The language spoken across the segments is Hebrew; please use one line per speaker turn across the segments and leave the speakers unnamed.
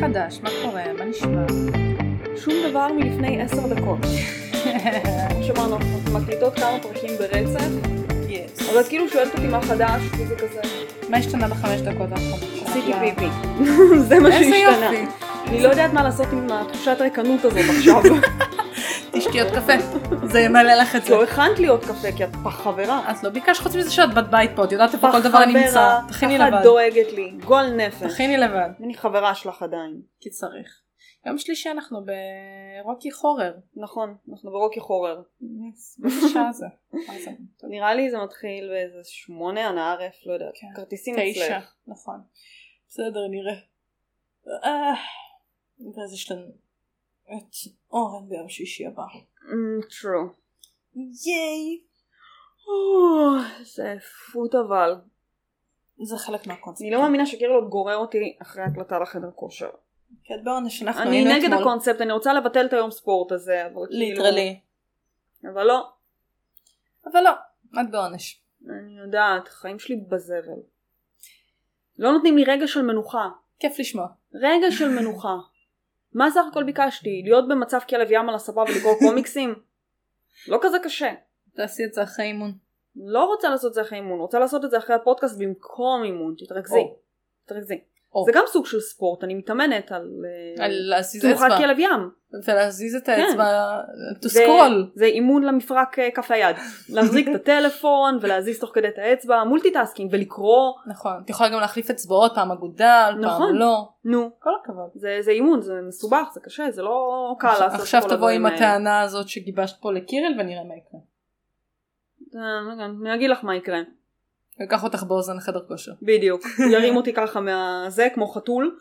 חדש? מה קורה? מה נשמע?
שום דבר מלפני עשר דקות. כמו שאמרנו, אנחנו מקליטות כמה פרקים ברצף,
יס.
אבל את כאילו שואלת אותי מה חדש, וזה כזה,
מה השתנה בחמש דקות האחרונות?
עשיתי פיפי. זה מה
איזה
שהשתנה.
יופי.
אני לא יודעת מה לעשות עם התחושת ריקנות הזאת עכשיו.
תשתי עוד קפה. זה ימלא לך את
את
זה.
לא הכנת לי עוד קפה, כי את פח חברה.
את לא ביקשת חוץ מזה שאת בת בית פה, את יודעת איפה
פח
כל דבר נמצא.
חברה,
תכיני
ככה
לבד.
את דואגת לי, גועל נפש.
תכיני לבד.
אני חברה שלך עדיין.
כי צריך. יום שלישי אנחנו ברוקי חורר.
נכון, אנחנו ברוקי חורר.
יס. בבקשה זה. מה זה?
נראה לי זה מתחיל באיזה שמונה, אנא ערף, לא יודעת.
כן.
כרטיסים
תשע.
אצלך.
נכון. בסדר, נראה. אה, ואז יש לנו את אורן ביום שישי הבא.
Mm, טרו.
ייי!
זה פוט אבל.
זה חלק מהקונספט.
אני לא מאמינה שקירלוט גורר אותי אחרי הקלטה לחדר כושר.
כי את בעונש אנחנו
אני
היינו
נגד
אתמול.
הקונספט, אני רוצה לבטל את היום ספורט הזה, אבל כאילו...
ליטרלי.
אבל לא, כאילו.
אבל לא, את בעונש.
אני יודעת, החיים שלי בזבל. לא נותנים לי רגע של מנוחה.
כיף לשמוע.
רגע של מנוחה. מה סך הכל ביקשתי? להיות במצב כלב ים על הספה ולקרוא קומיקסים? לא כזה קשה.
תעשי את זה אחרי אימון.
לא רוצה לעשות את זה אחרי אימון, רוצה לעשות את זה אחרי הפודקאסט במקום אימון, תתרכזי.
או.
תתרכזי.
או.
זה גם סוג של ספורט, אני מתאמנת על... אה,
על להזיז
תנוחת
אצבע.
כלב ים.
ולהזיז את האצבע. to
כן. זה-
scroll.
זה אימון למפרק אה, כף היד. להחזיק את הטלפון ולהזיז תוך כדי את האצבע, מולטיטאסקינג ולקרוא,
נכון. את יכולה גם להחליף אצבעות, פעם אגודל,
נכון.
פעם לא.
נו.
כל הכבוד.
זה, זה אימון, זה מסובך, זה קשה, זה לא קל לעשות את כל
עכשיו תבוא
הדברים
עם
האלה.
הטענה הזאת שגיבשת פה לקירל ונראה מה יקרה.
אה, רגע, אני אגיד לך מה יקרה.
ניקח אותך באוזן לחדר כושר.
בדיוק. ירים אותי ככה מהזה, כמו חתול,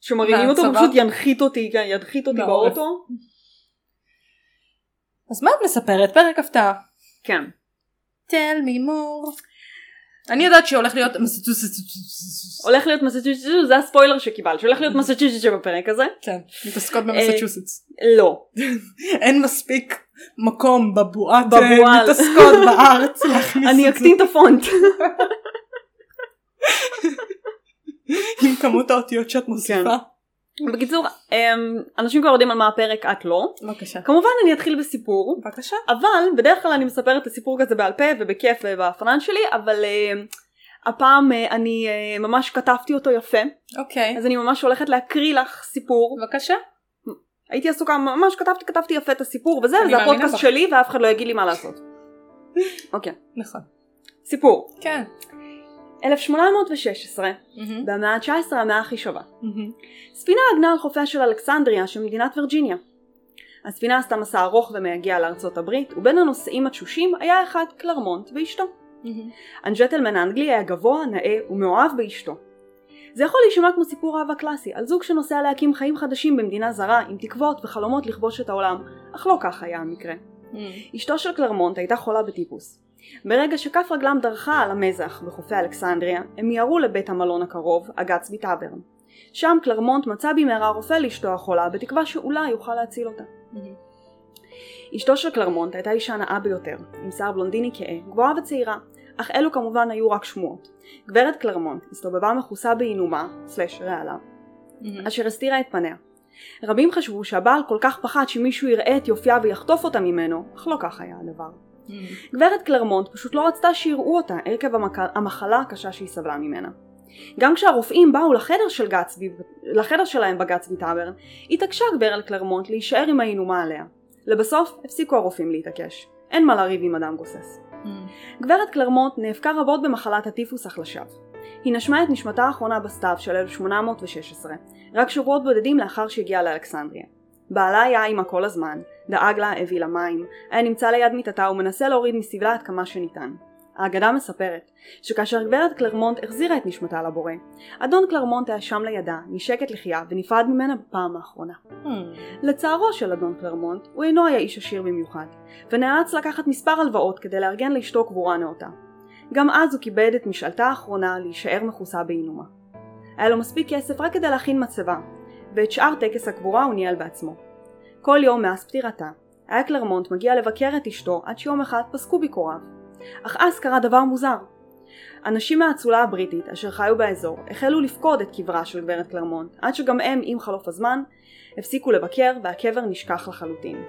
שמרימים אותו, הוא
מהצוואר?
פשוט ינחית אותי, כן, ינחית אותי
בעורף.
באוטו.
אז מה את מספרת? פרק הפתעה.
כן.
תל מימור. אני יודעת שהולך להיות...
הולך להיות מסצ'וצ'צ'ו, זה הספוילר שקיבלת, שהולך להיות מסצ'וצ'צ'ו בפרק הזה?
כן, מתעסקות במסצ'וסטס.
לא.
אין מספיק מקום בבועת אה,
בבועה.
מתעסקות בארץ להכניס
אני
את זה
אקטין את הפונט.
עם כמות האותיות שאת מוסיפה.
בקיצור, אמ, אנשים כבר יודעים על מה הפרק, את לא.
בבקשה.
כמובן אני אתחיל בסיפור,
בבקשה.
אבל בדרך כלל אני מספרת את הסיפור כזה בעל פה ובכיף ובאפנן שלי, אבל אמ, הפעם אה, אני אה, ממש כתבתי אותו יפה,
אוקיי.
אז אני ממש הולכת להקריא לך סיפור.
בבקשה.
הייתי עסוקה, ממש כתבתי, כתבתי יפה את הסיפור וזה,
אני
וזה
מאמינה
הפודקאסט
בך.
שלי ואף אחד לא יגיד לי מה לעשות. אוקיי,
נכון.
סיפור.
כן.
1816, במאה ה-19 המאה הכי שווה. ספינה עגנה על חופיה של אלכסנדריה שבמדינת וירג'יניה. הספינה עשתה מסע ארוך ומהגיע לארצות הברית, ובין הנוסעים התשושים היה אחד קלרמונט ואשתו. הג'נטלמן האנגלי היה גבוה, נאה ומאוהב באשתו. זה יכול להישמע כמו סיפור אהבה קלאסי, על זוג שנוסע להקים חיים חדשים במדינה זרה, עם תקוות וחלומות לכבוש את העולם, אך לא כך היה המקרה. אשתו של קלרמונט הייתה חולה בטיפוס. ברגע שכף רגלם דרכה על המזח בחופי אלכסנדריה, הם מיהרו לבית המלון הקרוב, אגץ ביטאברן. שם קלרמונט מצא במהרה רופא לאשתו החולה, בתקווה שאולי יוכל להציל אותה. אשתו של קלרמונט הייתה אישה נאה ביותר, עם שיער בלונדיני כהה, גבוהה וצעירה, אך אלו כמובן היו רק שמועות. גברת קלרמונט הסתובבה מכוסה בעינומה, סלש רעלה, אשר הסתירה את פניה. רבים חשבו שהבעל כל כך פחד שמישהו יראה את יופייה ויחטוף אותה ממנו, אך לא כך היה הדבר. גברת קלרמונט פשוט לא רצתה שיראו אותה עקב המק- המחלה הקשה שהיא סבלה ממנה. גם כשהרופאים באו לחדר, של גצבי, לחדר שלהם בגצבי טאברן, התעקשה גברת קלרמונט להישאר עם ההינומה עליה. לבסוף הפסיקו הרופאים להתעקש. אין מה לריב עם אדם גוסס. גברת קלרמונט נאבקה רבות במחלת הטיפוס אך לשווא. היא נשמה את נשמתה האחרונה בסתיו של 1816, רק שבועות בודדים לאחר שהגיעה לאלכסנדריה. בעלה היה עימה כל הזמן, דאג לה, הביא לה מים, היה נמצא ליד מיטתה ומנסה להוריד מסבלה עד כמה שניתן. האגדה מספרת שכאשר גברת קלרמונט החזירה את נשמתה לבורא, אדון קלרמונט היה שם לידה, נשקת לחייה ונפרד ממנה בפעם האחרונה. לצערו של אדון קלרמונט, הוא אינו היה איש עשיר במיוחד, ונאלץ לקחת מספר הלוואות כדי לארגן לאשתו קבורה נאותה. גם אז הוא כיבד את משאלתה האחרונה להישאר מכוסה בעינומה. היה לו מספיק כסף רק כדי להכין מצבה, ואת שאר טקס הקבורה הוא ניהל בעצמו. כל יום מאז פטירתה, היה קלרמונט מגיע לבקר את אשתו עד שיום אחד פסקו ביקוריו. אך אז קרה דבר מוזר. אנשים מהאצולה הבריטית אשר חיו באזור החלו לפקוד את קברה של גברת קלרמון עד שגם הם עם חלוף הזמן הפסיקו לבקר והקבר נשכח לחלוטין.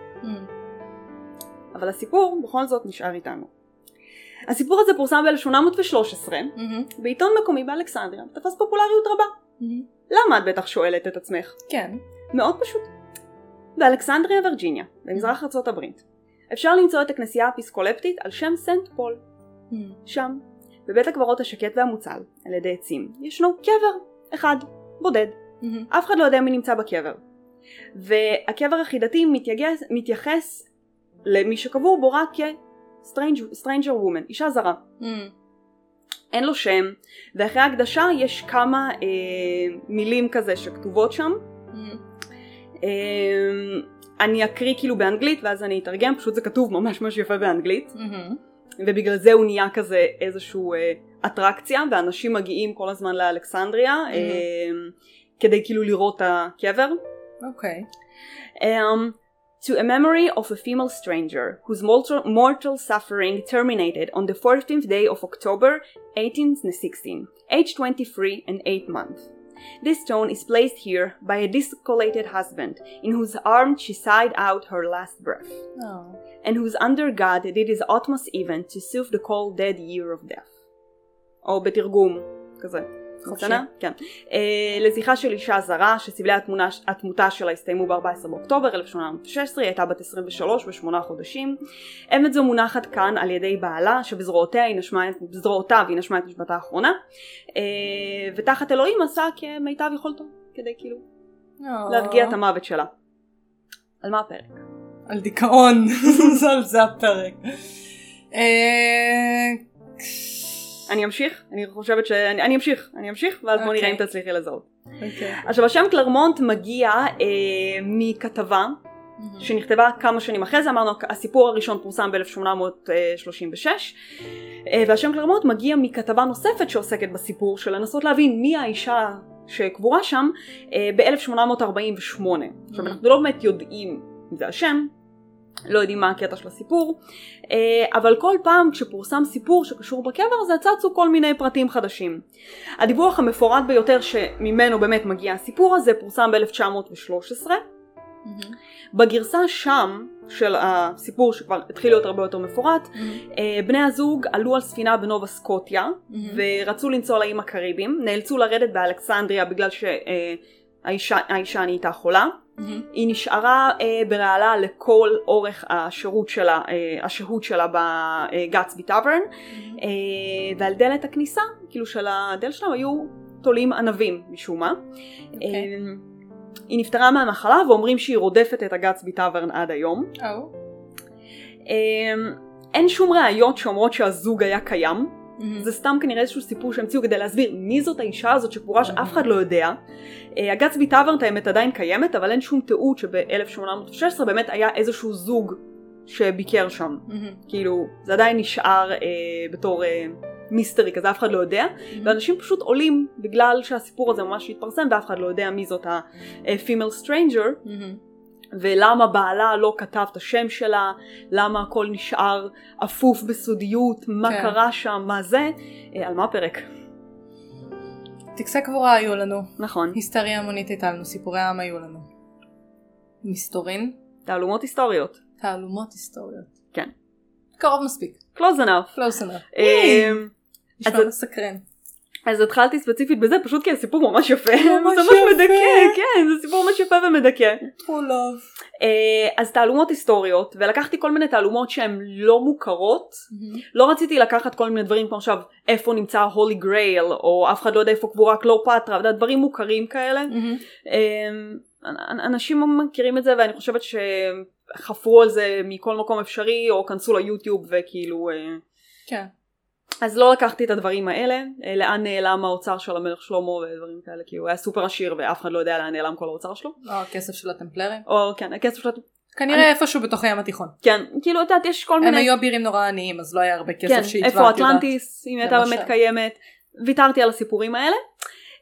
אבל הסיפור בכל זאת נשאר איתנו. הסיפור הזה פורסם ב-1813 בעיתון מקומי באלכסנדריה ותפס פופולריות רבה. למה את בטח שואלת את עצמך?
כן.
מאוד פשוט. באלכסנדריה וירג'יניה, במזרח ארצות הברית, אפשר למצוא את הכנסייה האפיסקולפטית על שם סנט פול. שם, בבית הקברות השקט והמוצל, על ידי עצים, ישנו קבר אחד, בודד. אף אחד לא יודע מי נמצא בקבר. והקבר החידתי מתייגס, מתייחס למי שקבור בו רק כ-stranger woman, אישה זרה. אין לו שם, ואחרי ההקדשה יש כמה אה, מילים כזה שכתובות שם. אה, אני אקריא כאילו באנגלית ואז אני אתרגם, פשוט זה כתוב ממש ממש יפה באנגלית. ובגלל זה הוא נהיה כזה איזשהו אה, אטרקציה, ואנשים מגיעים כל הזמן לאלכסנדריה אה, כדי כאילו לראות את הקבר.
אוקיי.
Um, to a memory of a female stranger whose mortal, mortal suffering terminated on the 14th day of October 1816, age 23 and 8 months. This stone is placed here by a discollated husband, in whose arms she sighed out her last breath, and whose under God did his utmost even to soothe the cold dead year of death. או בתרגום, כזה.
חופשי.
חצנה? כן. אה, לזכרה של אישה זרה שסבלי התמונה, התמותה שלה הסתיימו ב-14 באוקטובר 1816, היא הייתה בת 23 ושמונה חודשים. אמת זו מונחת כאן על ידי בעלה שבזרועותיה היא נשמה, בזרועותיו היא נשמה את נשמתה האחרונה, אה, ותחת אלוהים עשה כמיטב יכולתו, כדי כאילו
אה.
להרגיע את המוות שלה. על מה הפרק?
על דיכאון, זה על זה הפרק. אה,
אני אמשיך? אני חושבת ש... אני אני אמשיך, אני אמשיך, ואז בוא נראה
אוקיי.
אם תצליחי לזהות.
אוקיי.
עכשיו השם קלרמונט מגיע אה, מכתבה שנכתבה כמה שנים אחרי זה, אמרנו הסיפור הראשון פורסם ב-1836 אה, והשם קלרמוט מגיע מכתבה נוספת שעוסקת בסיפור של לנסות להבין מי האישה שקבורה שם אה, ב-1848. עכשיו
Mhm.
אנחנו לא באמת יודעים אם זה השם, לא יודעים מה הקטע של הסיפור, אה, אבל כל פעם כשפורסם סיפור שקשור בקבר הזה צצו כל מיני פרטים חדשים. הדיווח המפורט ביותר שממנו באמת מגיע הסיפור הזה פורסם ב-1913 בגרסה שם של הסיפור שכבר התחיל להיות הרבה יותר מפורט, אה, בני הזוג עלו על ספינה בנובה סקוטיה ורצו לנסוע לאיים הקריביים, נאלצו לרדת באלכסנדריה בגלל שהאישה נהייתה חולה.
אה,
היא נשארה אה, ברעלה לכל אורך השירות שלה, אה, השהות שלה בגצבי טאברן, אה, ועל דלת הכניסה, כאילו של הדלת שלהם, היו תולים ענבים משום מה.
אוקיי.
אה, היא נפטרה מהמחלה ואומרים שהיא רודפת את הגצבי טאברן עד היום.
או.
אמ, אין שום ראיות שאומרות שהזוג היה קיים, זה סתם כנראה איזשהו סיפור שהמציאו כדי להסביר מי זאת האישה הזאת שפורה שאף אחד לא יודע. אה, הגצבי טאברן את האמת עדיין קיימת, אבל אין שום תיעוד שב-1816 באמת היה איזשהו זוג שביקר שם.
אה.
כאילו, זה עדיין נשאר אה, בתור אה, מיסטרי כזה, אף אחד לא יודע. ואנשים פשוט עולים בגלל שהסיפור הזה ממש התפרסם ואף אחד לא יודע מי זאת ה-female stranger. ולמה בעלה לא כתב את השם שלה, למה הכל נשאר אפוף בסודיות, מה
כן.
קרה שם, מה זה, אה, על מה הפרק?
טקסי קבורה היו לנו,
נכון,
היסטריה המונית הייתה לנו, סיפורי העם היו לנו. מסתורין,
תעלומות היסטוריות,
תעלומות היסטוריות.
כן.
קרוב מספיק.
close enough.
Close enough.
אה,
נשמע
אז-
מסקרן.
אז התחלתי ספציפית בזה פשוט כי הסיפור ממש יפה, זה
ממש
ממש
יפה.
מדכא, כן, זה סיפור ממש יפה ומדכא.
True love.
אה, אז תעלומות היסטוריות, ולקחתי כל מיני תעלומות שהן לא מוכרות, לא רציתי לקחת כל מיני דברים כמו עכשיו איפה נמצא ה-Holy Grail, או אף אחד לא יודע איפה קבורה קלופטרה, ואתה יודע, דברים מוכרים כאלה. אמ, אנ- אנשים לא מכירים את זה ואני חושבת שחפרו על זה מכל מקום אפשרי או כנסו ליוטיוב וכאילו אה,
כן.
אז לא לקחתי את הדברים האלה אה, לאן נעלם האוצר של המלך שלמה ודברים כאלה כי הוא היה סופר עשיר ואף אחד לא יודע לאן נעלם כל האוצר שלו
או אה, הכסף של הטמפלרים.
או כן הכסף שלו
כנראה איפשהו בתוך הים התיכון.
כן כאילו את יודעת יש כל
הם
מיני
היו אבירים נורא עניים אז לא היה הרבה
כן,
כסף שהתווה.
איפה
את יודעת.
אטלנטיס, אם היא הייתה
למשל.
באמת קיימת, ויתרתי על הסיפורים האלה.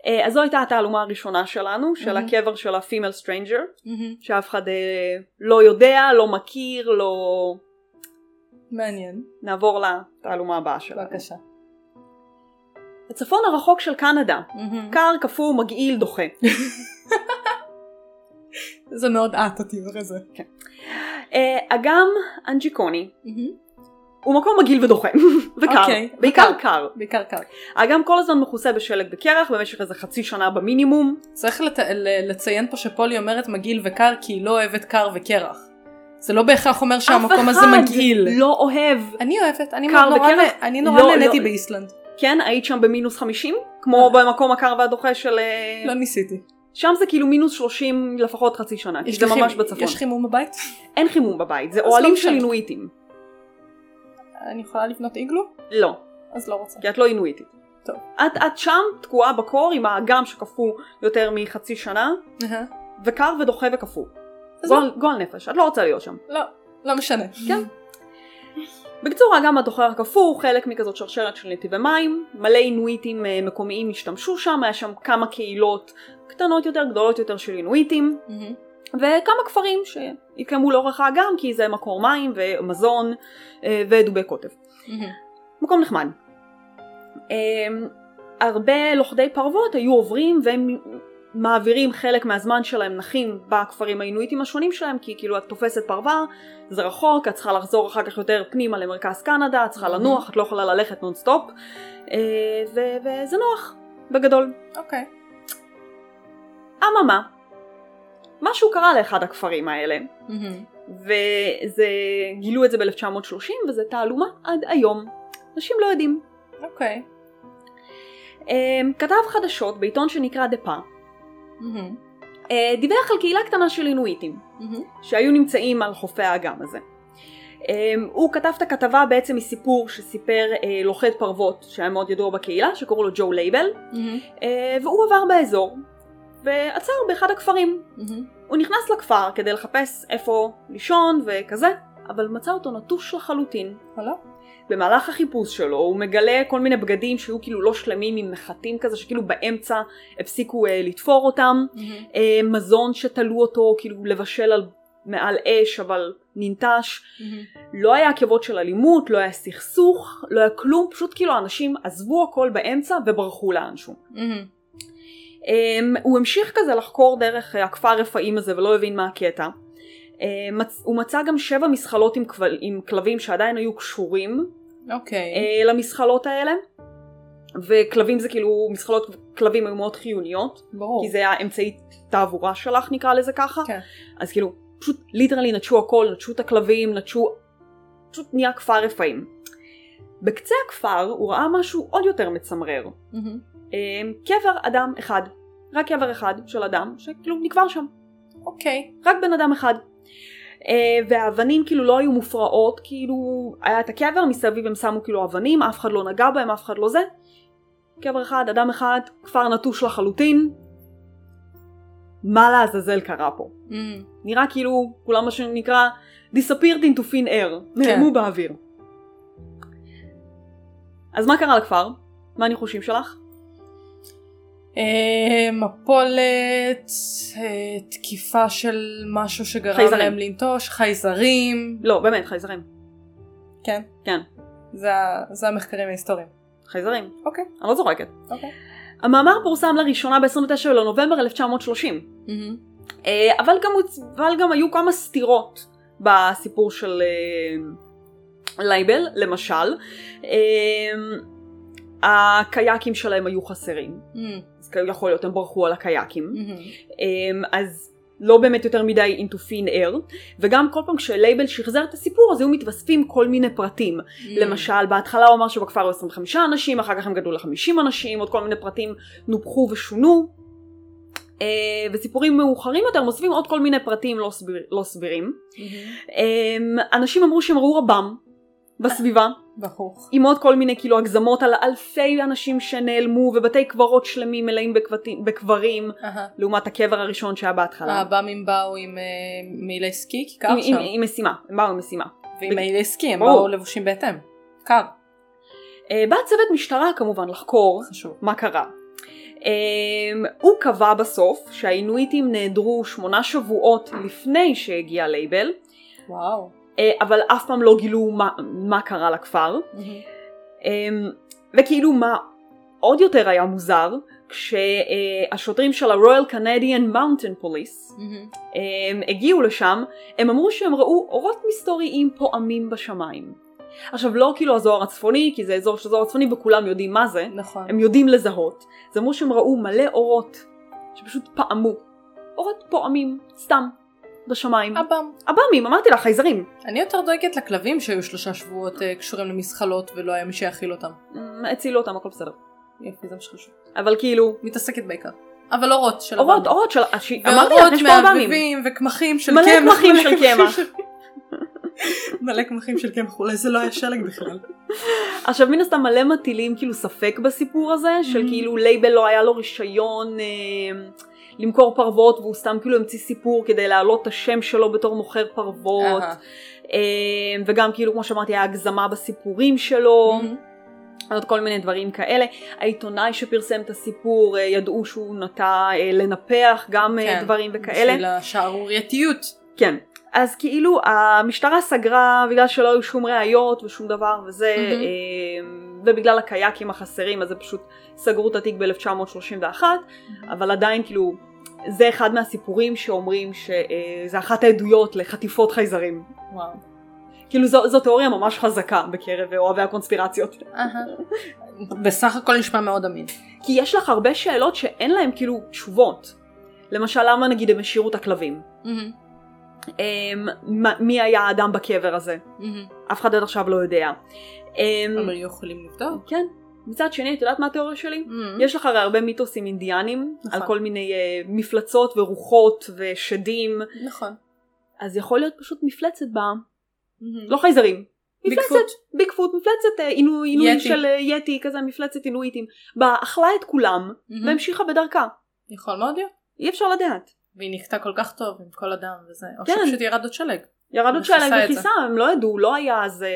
אה, אז זו הייתה התעלומה הראשונה שלנו, של
מהמם.
הקבר של ה-female stranger,
מהמם.
שאף אחד אה, לא יודע, לא מכיר, לא...
מעניין.
נעבור לתעלומה הבאה שלנו.
בבקשה.
הצפון הרחוק של קנדה.
מהמם.
קר, קפוא, מגעיל, דוחה.
זה מאוד את התיאור הזה.
אה, אגם אנג'יקוני
מהמם.
הוא מקום מגעיל ודוחה. וקר.
אוקיי,
בעיקר
וקר.
קר.
בעיקר קר.
האגם כל הזמן מכוסה בשלג בקרח במשך איזה חצי שנה במינימום.
צריך לת... ל- לציין פה שפולי אומרת מגעיל וקר כי היא לא אוהבת קר וקרח. זה לא בהכרח אומר שהמקום הזה מגעיל.
לא אוהב.
אני אוהבת, אני
קר
נורא,
וקרח?
נ... אני נורא
לא,
נהניתי
לא.
באיסלנד.
כן, היית שם במינוס 50? כמו במקום הקר והדוחה של... אה,
אוקיי. לא ניסיתי.
שם זה כאילו מינוס 30 לפחות חצי שנה, כי זה
חימ-
ממש בצפון.
יש חימום בבית?
אין חימום בבית, זה
אז לא
אוהלים של
משנה.
אינואיטים.
אני יכולה לבנות איגלו?
לא,
אז לא רוצה.
כי את לא אינואיטית.
טוב.
את, את שם תקועה בקור עם האגם שקפוא יותר מחצי שנה,
אהה.
וקר ודוחה וקפוא.
אז
גועל גועל נפש, את לא רוצה להיות שם.
לא, לא משנה.
כן. בקיצור, האגם הדוחה הקפוא הוא חלק מכזאת שרשרת של נתיבי מים, מלא אינואיטים אה, מקומיים השתמשו שם, היה שם כמה קהילות קטנות יותר, גדולות יותר של אינואיטים,
מהמם.
וכמה כפרים שהתקיימו לאורך האגם, כי זה מקור מים ומזון אה, ודובי קוטב.
מהמם.
מקום נחמד. אמ, הרבה לוכדי פרוות היו עוברים והם מעבירים חלק מהזמן שלהם נחים בכפרים האינואיטים השונים שלהם כי כאילו את תופסת פרווה, זה רחוק, את צריכה לחזור אחר כך יותר פנימה למרכז קנדה, את צריכה לנוח, את לא יכולה ללכת נונסטופ אה, ו- וזה נוח, בגדול.
אוקיי.
אממה, משהו קרה לאחד הכפרים האלה
מהמם.
וזה, גילו את זה ב-1930 וזה תעלומה עד היום. אנשים לא יודעים.
אוקיי.
אמ, כתב חדשות בעיתון שנקרא דה פא,
מהמם.
אה, דיווח על קהילה קטנה של אינואיטים
מהמם.
שהיו נמצאים על חופי האגם הזה. אמ, הוא כתב את הכתבה בעצם מסיפור שסיפר אה, לוכד פרוות שהיה מאוד ידוע בקהילה שקראו לו ג'ו לייבל
מהמם.
אה, והוא עבר באזור ועצר באחד הכפרים.
מהמם.
הוא נכנס לכפר כדי לחפש איפה לישון וכזה אבל מצא אותו נטוש לחלוטין.
הלו?
במהלך החיפוש שלו הוא מגלה כל מיני בגדים שהיו כאילו לא שלמים עם נחתים כזה שכאילו באמצע הפסיקו אה, לתפור אותם,
מהמם.
אה, מזון שתלו אותו כאילו לבשל על, מעל אש אבל ננטש,
מהמם.
לא היה עקבות של אלימות, לא היה סכסוך, לא היה כלום, פשוט כאילו אנשים עזבו הכל באמצע וברחו לאנשהו.
מהמם.
Um, הוא המשיך כזה לחקור דרך אה, הכפר רפאים הזה ולא הבין מה הקטע. אה, מצ... הוא מצא גם שבע מסחלות עם, כבל... עם כלבים שעדיין היו קשורים
אוקיי.
אה, למסחלות האלה. וכלבים זה כאילו, מסחלות כלבים היו מאוד חיוניות,
ברור.
כי זה היה אמצעי תעבורה שלך נקרא לזה ככה.
כן.
אז כאילו, פשוט ליטרלי נטשו הכל, נטשו את הכלבים, נטשו... פשוט נהיה כפר רפאים. בקצה הכפר הוא ראה משהו עוד יותר מצמרר.
מהמם.
אה, קבר אדם אחד. רק קבר אחד של אדם שכאילו נקבר שם.
אוקיי.
רק בן אדם אחד. אה, והאבנים כאילו לא היו מופרעות, כאילו היה את הקבר, מסביב הם שמו כאילו אבנים, אף אחד לא נגע בהם, אף אחד לא זה. קבר אחד, אדם אחד, כפר נטוש לחלוטין. מה לעזאזל קרה פה?
מהמם.
נראה כאילו כולם מה שנקרא disappeared into thin air, נעלמו באוויר. אז מה קרה לכפר? מה הניחושים שלך?
אה, מפולת, אה, תקיפה של משהו שגרם
חייזרים.
להם לנטוש, חייזרים.
לא, באמת, חייזרים.
כן.
כן.
זה ה- זה המחקרים ההיסטוריים.
חייזרים.
אוקיי.
אני לא זורקת.
אוקיי.
המאמר פורסם לראשונה ב-29 לנובמבר 1930,
מהמם.
אה, אבל גם, הוצ- אבל גם היו כמה סתירות בסיפור של אה, לייבל, למשל. אה, הקיאקים שלהם היו חסרים,
מהמם.
אז יכול להיות הם ברחו על הקיאקים,
מהמם.
אה, אז לא באמת יותר מדי into thin air, וגם כל פעם כשלייבל שחזר את הסיפור אז היו מתווספים כל מיני פרטים. למשל בהתחלה הוא אמר שבכפר היו 25 אנשים אחר כך הם גדלו ל-50 אנשים עוד כל מיני פרטים נופחו ושונו אה, וסיפורים מאוחרים יותר מוסיפים עוד כל מיני פרטים לא, סביר, לא סבירים
מהמם.
אה, אנשים אמרו שהם ראו רבם בסביבה
ברוך.
עם עוד כל מיני כאילו הגזמות על אלפי אנשים שנעלמו ובתי קברות שלמים מלאים בקבטים, בקברים
אהה.
לעומת הקבר הראשון שהיה בהתחלה
הבאמים באו עם אה, מעילי סקי, כי קר
עם, עם,
שם.
עם משימה הם באו עם משימה
ועם מעילי סקי הם
ברור.
באו לבושים בהתאם. קר.
אה, בא צוות משטרה כמובן לחקור
חשוב.
מה קרה. Um, הוא קבע בסוף שהאינואיטים נעדרו שמונה שבועות לפני שהגיע לייבל,
וואו.
uh, אבל אף פעם לא גילו מה, מה קרה לכפר,
מהמם.
um, וכאילו מה עוד יותר היה מוזר כשהשוטרים של ה-Royal Canadian Mountain Police הם הגיעו לשם, הם אמרו שהם ראו אורות מסתוריים פועמים בשמיים. עכשיו לא כאילו הזוהר הצפוני, כי זה אזור של זוהר הצפוני וכולם יודעים מה זה,
נכון.
הם יודעים לזהות. זה אמרו שהם ראו מלא אורות שפשוט פעמו. אורות פועמים, סתם, בשמיים.
אב"ם.
עב"מים, אמרתי לך, חייזרים.
אני יותר דואגת לכלבים שהיו שלושה שבועות אה, קשורים למזחלות ולא היה מי שיאכיל אותם.
אמ, הצילו אותם, הכל בסדר.
יופי, זה מה שחשוב.
אבל כאילו,
מתעסקת בעיקר. אבל אורות של
אורות,
אב"ם.
אורות של... השי- אמרתי לך, יש פה עב"מים.
מערבבים וקמחים של
מלא
קמח.
קמחים של קמח.
של- מלא קמחים של קמח, אולי זה לא היה שלג בכלל.
עכשיו מן הסתם מלא מטילים כאילו ספק בסיפור הזה, של
Mhm.
כאילו לייבל לא היה לו רישיון אה, למכור פרוות והוא סתם כאילו המציא סיפור כדי להעלות את השם שלו בתור מוכר פרוות,
אהה.
אה, וגם כאילו כמו שאמרתי היה הגזמה בסיפורים שלו,
Mm-hmm.
עוד כל מיני דברים כאלה. העיתונאי שפרסם את הסיפור אה, ידעו שהוא נטע אה, לנפח גם אה,
כן,
דברים וכאלה.
בשביל השערורייתיות.
כן. אז כאילו המשטרה סגרה בגלל שלא היו שום ראיות ושום דבר וזה,
מהמם.
mm-hmm. ובגלל הקייקים החסרים אז הם פשוט סגרו את התיק ב-1931, אבל עדיין כאילו זה אחד מהסיפורים שאומרים שזה אחת העדויות לחטיפות חייזרים.
וואו.
כאילו זו, זו תיאוריה ממש חזקה בקרב אוהבי הקונספירציות.
אהה. בסך הכל נשמע מאוד אמין.
כי יש לך הרבה שאלות שאין להן כאילו תשובות. למשל למה נגיד הם השאירו את הכלבים? אמ, מה- מי היה האדם בקבר הזה? אף אחד עד עכשיו לא יודע. אמ,
אבל היו יכולים לבדוק.
כן. מצד שני, את יודעת מה התיאוריה שלי? יש לך הרי הרבה מיתוסים אינדיאנים,
Mm-hmm. נכון.
על כל מיני אה, מפלצות ורוחות ושדים,
נכון.
אז יכול להיות פשוט מפלצת בעם,
לא
לא חייזרים.
ביקפוט.
מפלצת, ביקפוט, מפלצת אה, עינוי, עינוי
יתי.
של אה, יתי, כזה מפלצת עינויטים. בה אכלה את כולם,
Mm-hmm.
והמשיכה בדרכה.
יכול מאוד להיות.
אי אפשר לדעת.
והיא נקטה כל כך טוב עם כל הדם וזה. או
כן.
שפשוט ירד עוד שלג.
ירד עוד
מכיסה
שלג
את זה.
וכיסה, הם לא ידעו, לא היה אז אה,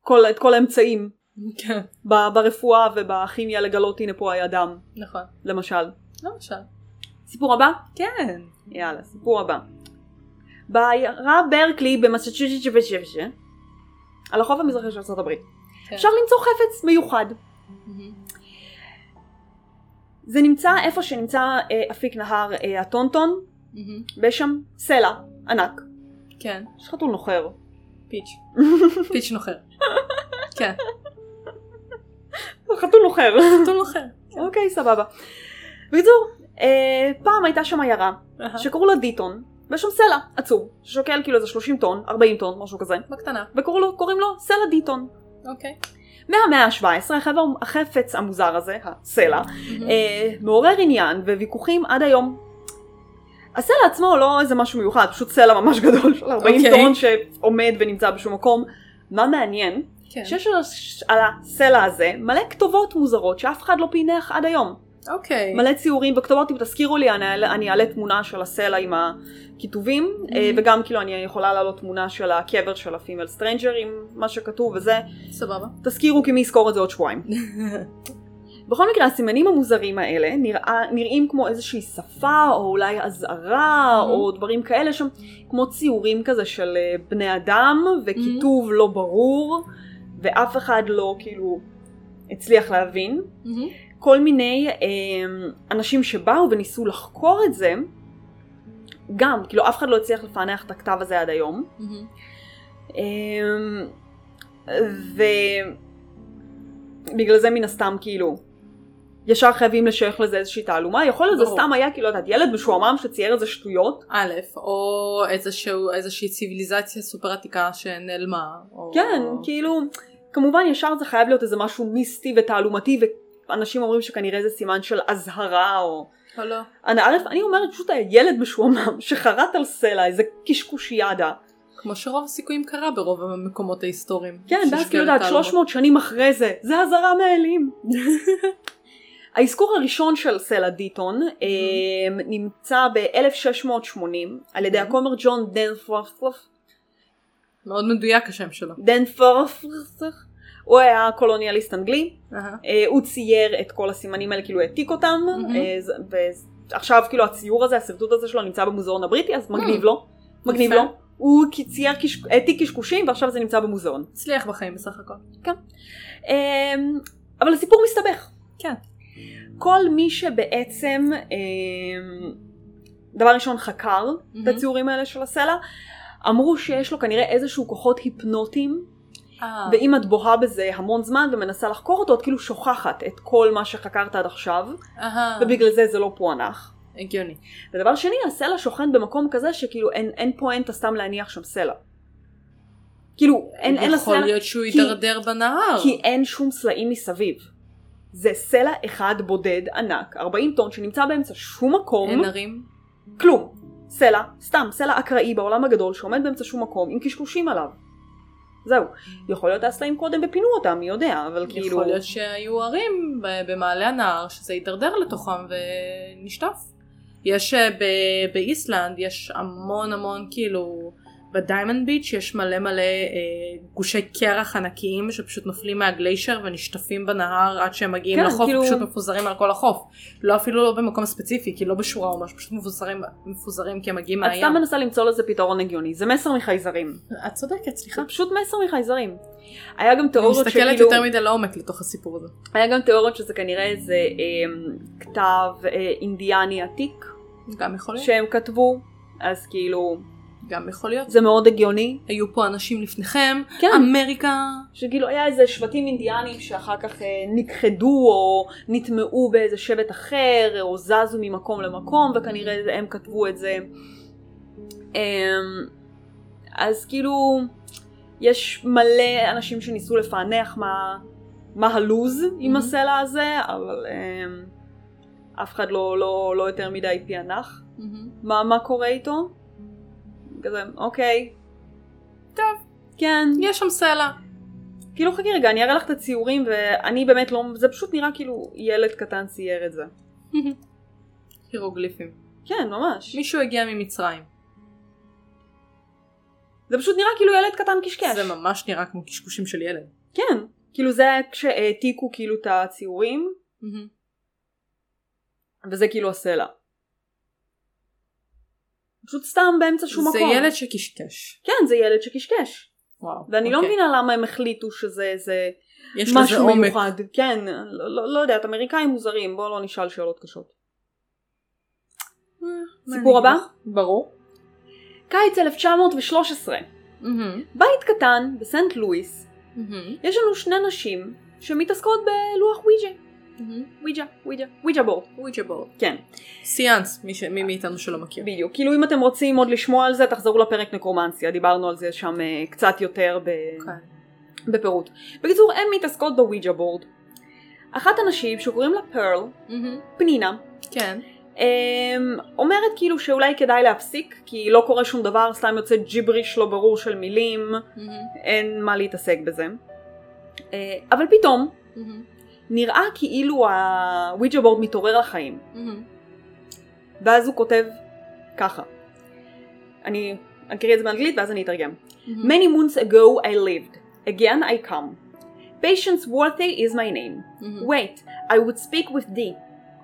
כל- את כל האמצעים
כן.
ב- ברפואה ובכימיה לגלות הנה פה היה דם,
נכון. לא,
למשל.
למשל.
סיפור הבא?
כן.
יאללה, סיפור הבא. בעיירה ברקלי במסצ'צ'צ'צ'צ'צ'צ'צ'צ'צ'צ'צ'צ'צ'צ'צ'צ'צ'צ'צ'צ'צ'צ'צ'צ'צ'צ'צ'צ'צ'צ'צ'צ'צ'צ'צ'צ'צ'צ'צ'צ'צ'צ'צ'צ'צ'צ'צ'צ'צ'צ'צ'צ'צ'צ' על החוף המזרחי של ארצות הברית.
כן.
אפשר למצוא חפץ מיוחד.
Mm-hmm.
זה נמצא איפה שנמצא אה, אפיק נהר אה, הטונטון, ויש שם סלע ענק.
Mm-hmm. כן.
יש חתול נוחר.
פיץ'. פיץ' נוחר. כן.
חתול נוחר.
נתון נוחר.
אוקיי, סבבה. בקיצור, אה, פעם הייתה שם עיירה
אהה.
שקראו לה דיטון, ויש שם סלע עצום, ששוקל כאילו איזה 30 טון, 40 טון, משהו כזה,
בקטנה.
וקוראים לו, קוראים לו סלע דיטון.
אוקיי.
מהמאה ה-17 החפץ המוזר הזה, הסלע,
מהמם.
אה, מעורר עניין וויכוחים עד היום. הסלע עצמו לא איזה משהו מיוחד, פשוט סלע ממש גדול של 40
אוקיי.
טון שעומד ונמצא בשום מקום. מה מעניין?
כן.
שיש על הש- על הסלע הזה מלא כתובות מוזרות שאף אחד לא פענח עד היום.
אוקיי.
מלא ציורים וכתובות, אם תזכירו לי אני אעלה- אני אעלה תמונה של הסלע עם הכיתובים, אה, וגם כאילו אני יכולה להעלות תמונה של הקבר של הפימל סטרנג'ר עם מה שכתוב וזה.
סבבה.
תזכירו כי מי יזכור את זה עוד שבועיים. בכל מקרה, הסימנים המוזרים האלה נראה, נראים כמו איזושהי שפה, או אולי אזהרה,
Mhm.
או דברים כאלה שם, כמו ציורים כזה של אה, בני אדם, וכיתוב לא ברור, ואף אחד לא כאילו הצליח להבין.
מהמם.
כל מיני אה, אנשים שבאו וניסו לחקור את זה, גם, כאילו אף אחד לא הצליח לפענח את הכתב הזה עד היום.
מהמם.
אמ, ובגלל זה מן הסתם כאילו ישר חייבים לשייך לזה איזושהי תעלומה יכול להיות זה
ברור.
סתם היה כאילו את יודעת, ילד משועמם שצייר איזה שטויות
א', או איזשהו, איזושהי ציוויליזציה סופר עתיקה שנעלמה. או...
כן כאילו כמובן ישר זה חייב להיות איזה משהו מיסטי ותעלומתי ואנשים אומרים שכנראה זה סימן של אזהרה או
או לא.
אנא ערף אני אומרת פשוט היה ילד משועמם שחרט על סלע איזה קשקושיאדה
כמו שרוב הסיכויים קרה ברוב המקומות ההיסטוריים.
כן, ואז
שיש
כאילו,
כאלה
יודעת,
תעלומות.
300 שנים אחרי זה, זה אזהרה מהאלים. האזכור הראשון של סלע דיטון אמ, נמצא ב-1680 על ידי
Mhm.
הכומר ג'ון דנפורף,
מאוד מדויק השם שלו.
דנפורף, הוא היה קולוניאליסט אנגלי,
אהה.
אה, הוא צייר את כל הסימנים האלה, כאילו העתיק אותם,
Mhm.
אה, ז- ועכשיו כאילו הציור הזה, השרטוט הזה שלו נמצא במוזיאון הבריטי, אז מגניב
Mm.
לו, מגניב לא?
יפה.
לו. הוא צייר, קשק- העתיק קשקושים ועכשיו זה נמצא במוזיאון.
הצליח בחיים בסך הכל.
אמ, אבל הסיפור מסתבך.
כן.
כל מי שבעצם, אה, דבר ראשון חקר את
מהמם.
הציורים האלה של הסלע, אמרו שיש לו כנראה איזשהו כוחות היפנוטיים,
אה,
ואם את בוהה בזה המון זמן ומנסה לחקור אותו, את כאילו שוכחת את כל מה שחקרת עד עכשיו,
אהה,
ובגלל זה זה לא פוענח.
הגיוני.
ודבר שני, הסלע שוכן במקום כזה שכאילו אין, אין פואנטה סתם להניח שם סלע. כאילו, אין, אין
יכול
לסלע,
להיות שהוא
כי-
יידרדר בנהר.
כי אין שום סלעים מסביב. זה סלע אחד בודד ענק, 40 טון, שנמצא באמצע שום מקום,
אין ערים.
כלום. סלע, סתם, סלע אקראי בעולם הגדול שעומד באמצע שום מקום עם קשקושים עליו. זהו. יכול להיות הסלעים קודם ופינו אותם, מי יודע, אבל כאילו...
יכול להיות שהיו ערים ב- במעלה הנהר שזה יידרדר לתוכם ונשטף. יש אה, ב- באיסלנד יש המון המון כאילו בדיימנד ביץ' יש מלא מלא אה, גושי קרח ענקיים שפשוט נופלים מהגליישר ונשטפים בנהר עד שהם מגיעים
כן,
לחוף
כאילו-
פשוט מפוזרים על כל החוף. לא אפילו לא במקום ספציפי כי לא בשורה או משהו פשוט מפוזרים, מפוזרים כי הם מגיעים
את סתם
מהים.
מנסה למצוא לזה פתרון הגיוני, זה מסר מחייזרים.
את צודקת סליחה.
זה פשוט מסר מחייזרים. היה גם
אני
תיאוריות
מסתכלת
שכאילו...
יותר מדי לעומק לתוך הסיפור הזה.
היה גם תיאוריות שזה כנראה איזה אה, כתב אה, אינדיאני עתיק
גם יכול להיות.
שהם כתבו, אז כאילו
גם יכול להיות.
זה מאוד הגיוני.
היו פה אנשים לפניכם,
כן.
אמריקה.
שכאילו היה איזה שבטים אינדיאנים שאחר כך אה, נכחדו או נטמעו באיזה שבט אחר או זזו ממקום למקום וכנראה זה- הם כתבו את זה. אמ, אז כאילו יש מלא אנשים שניסו לפענח מה, מה הלוז עם
Mhm.
הסלע הזה, אבל אמ, אף אחד לא, לא, לא יותר מדי פענח מה, מה קורה איתו. כזה, אוקיי.
טוב.
כן.
יש שם סלע.
כאילו חכי רגע, אני אראה לך את הציורים ואני באמת לא, זה פשוט נראה כאילו ילד קטן צייר את זה.
הירוגליפים.
כן, ממש.
מישהו הגיע ממצרים.
זה פשוט נראה כאילו ילד קטן קשקש.
זה ממש נראה כמו קשקושים של ילד.
כן. כאילו זה היה כשהעתיקו כאילו את הציורים, וזה כאילו הסלע. פשוט סתם באמצע שום
זה
מקום.
ילד שקשקש.
כן, זה ילד שקשקש.
וואו.
ואני לא
אוקיי.
מבינה למה הם החליטו שזה זה
יש לזה
משהו
עומק.
מיוחד. כן, לא, לא, לא יודעת, אמריקאים מוזרים, בואו לא נשאל שאלות קשות.
אה, מה
סיפור
אני
הבא?
אגיד לך? ברור.
קיץ 1913, בית קטן בסנט לואיס יש לנו שני נשים שמתעסקות בלוח וויג'ה. וויג'ה, וויג'ה, וויג'ה בורד.
וויג'ה בורד.
כן,
סיאנס, מי ש- מי מאיתנו שלא מכיר.
בדיוק. כאילו אם אתם רוצים עוד לשמוע על זה, תחזרו לפרק נקרומנסיה, דיברנו על זה שם אה, קצת יותר ב...
אוקיי.
בפירוט. בקיצור, הן מתעסקות בוויג'ה בורד. אחת הנשים שקוראים לה פרל, פנינה,
כן.
אמ, אומרת כאילו שאולי כדאי להפסיק, כי לא קורה שום דבר, סתם יוצא ג'יבריש לא ברור של מילים, אין מה להתעסק בזה. אה, אבל פתאום, נראה כאילו הוויג'ה בורד מתעורר לחיים. ואז הוא כותב ככה. אני אקריא את זה באנגלית ואז אני אתרגם. Many moons ago I lived. Again I come. Patience worthy is my name. Wait, I would speak with thee.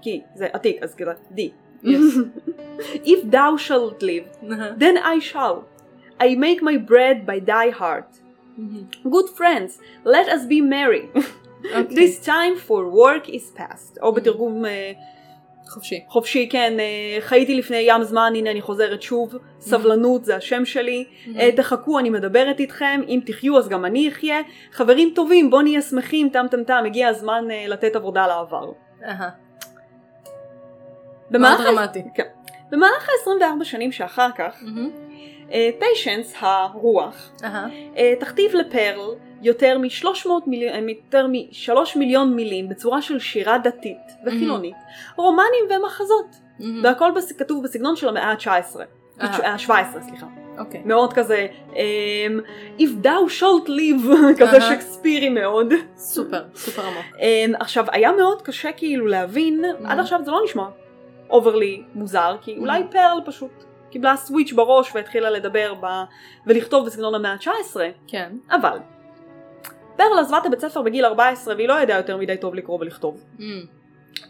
כי זה עתיק, אז כזה, thee.
Yes.
If thou shalt live, then I shall. I make my bread by thy heart. Good friends, let us be merry. This time for work is past. או בתרגום אה,
חופשי.
חופשי, כן, אה, חייתי לפני ים זמן, הנה אני חוזרת שוב, סבלנות זה השם שלי,
Mm-hmm.
אה, תחכו, אני מדברת איתכם, אם תחיו אז גם אני אחיה, חברים טובים, בואו נהיה שמחים, טם טם טם, הגיע הזמן אה, לתת עבודה לעבר.
אהה.
במהלך
מאוד דרמטי.
ה-24 שנים שאחר כך, אה, פיישנס, הרוח,
אהה.
אה, תכתיב לפרל יותר מ-300 מיליון, אה, יותר מ-3 מיליון מילים בצורה של שירה דתית וחילונית, רומנים ומחזות,
Mm-hmm.
והכל בס- כתוב בסגנון של המאה ה-19,
אהה.
ה-17 סליחה.
אוקיי.
מאוד כזה, אמ, If thou shalt live, כזה
אהה.
שקספירי מאוד.
סופר, סופר עמוק.
אמ, עכשיו, היה מאוד קשה כאילו להבין, עד עכשיו זה לא נשמע אוברלי מוזר, כי אולי פרל פשוט קיבלה סוויץ' בראש והתחילה לדבר ב... ולכתוב בסגנון המאה ה-19,
כן.
אבל פרל עזבה את הבית ספר בגיל 14 והיא לא ידעה יותר מדי טוב לקרוא ולכתוב.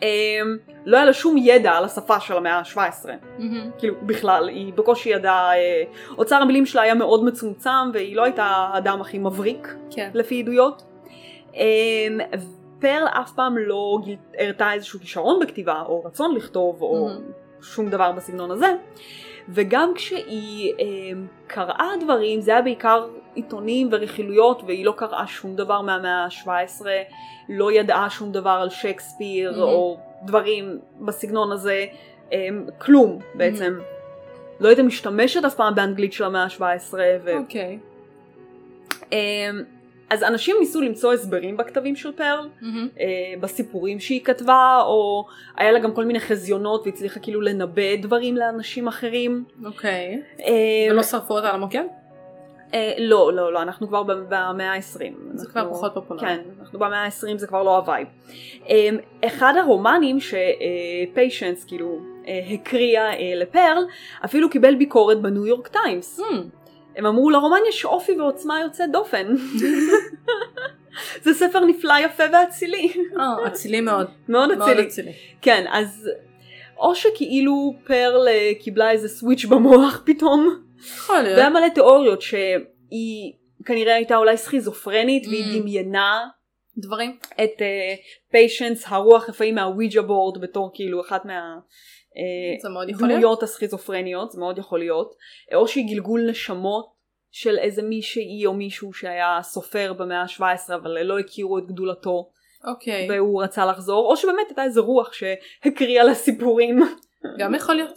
אמ, לא היה לה שום ידע על השפה של המאה ה-17. כאילו בכלל, היא בקושי ידעה, אה, אוצר המילים שלה היה מאוד מצומצם והיא לא הייתה האדם הכי מבריק
כן.
לפי עדויות. אה, פרל אף פעם לא גיל- הראתה איזשהו כישרון בכתיבה, או רצון לכתוב, או שום דבר בסגנון הזה. וגם כשהיא אה, קראה דברים, זה היה בעיקר עיתונים ורכילויות, והיא לא קראה שום דבר מהמאה ה-17, לא ידעה שום דבר על שייקספיר,
Mhm.
או דברים בסגנון הזה, אה, כלום בעצם. לא הייתה משתמשת אף פעם באנגלית של המאה ה-17, ו...
אוקיי.
אה, אז אנשים ניסו למצוא הסברים בכתבים של פרל,
מהמם.
אה, בסיפורים שהיא כתבה, או היה לה גם כל מיני חזיונות והיא הצליחה כאילו לנבא דברים לאנשים אחרים.
אוקיי.
אה,
ולא שרפו אותה על המוקד?
אה, לא, לא, לא, אנחנו כבר ב- במאה ה-20.
זה כבר פחות פופולרי.
לא. כן, אנחנו במאה ה-20 זה כבר לא הווייב. אה, אחד הרומנים שפיישנס כאילו אה, הקריאה אה, לפרל, אפילו קיבל ביקורת בניו יורק טיימס.
Hmm,
הם אמרו לרומן יש אופי ועוצמה יוצאת דופן. זה ספר נפלא יפה ואצילי.
אה, אצילי מאוד.
מאוד
מאוד
אצילי.
אצילי.
כן, אז או שכאילו פרל אה, קיבלה איזה סוויץ' במוח פתאום.
יכול
והיה
להיות.
מלא תיאוריות שהיא כנראה הייתה אולי סכיזופרנית
Mm.
והיא דמיינה
דברים.
את פיישנס הרוח רפאים מהוויג'ה בורד בתור כאילו אחת מה... אה,
זה מאוד יכול להיות.
דמויות הסכיזופרניות, זה מאוד יכול להיות, או שהיא גלגול נשמות של איזה מישהי או מישהו שהיה סופר במאה ה-17 אבל לא הכירו את גדולתו
אוקיי.
והוא רצה לחזור, או שבאמת הייתה איזה רוח שהקריאה לה סיפורים,
גם יכול להיות.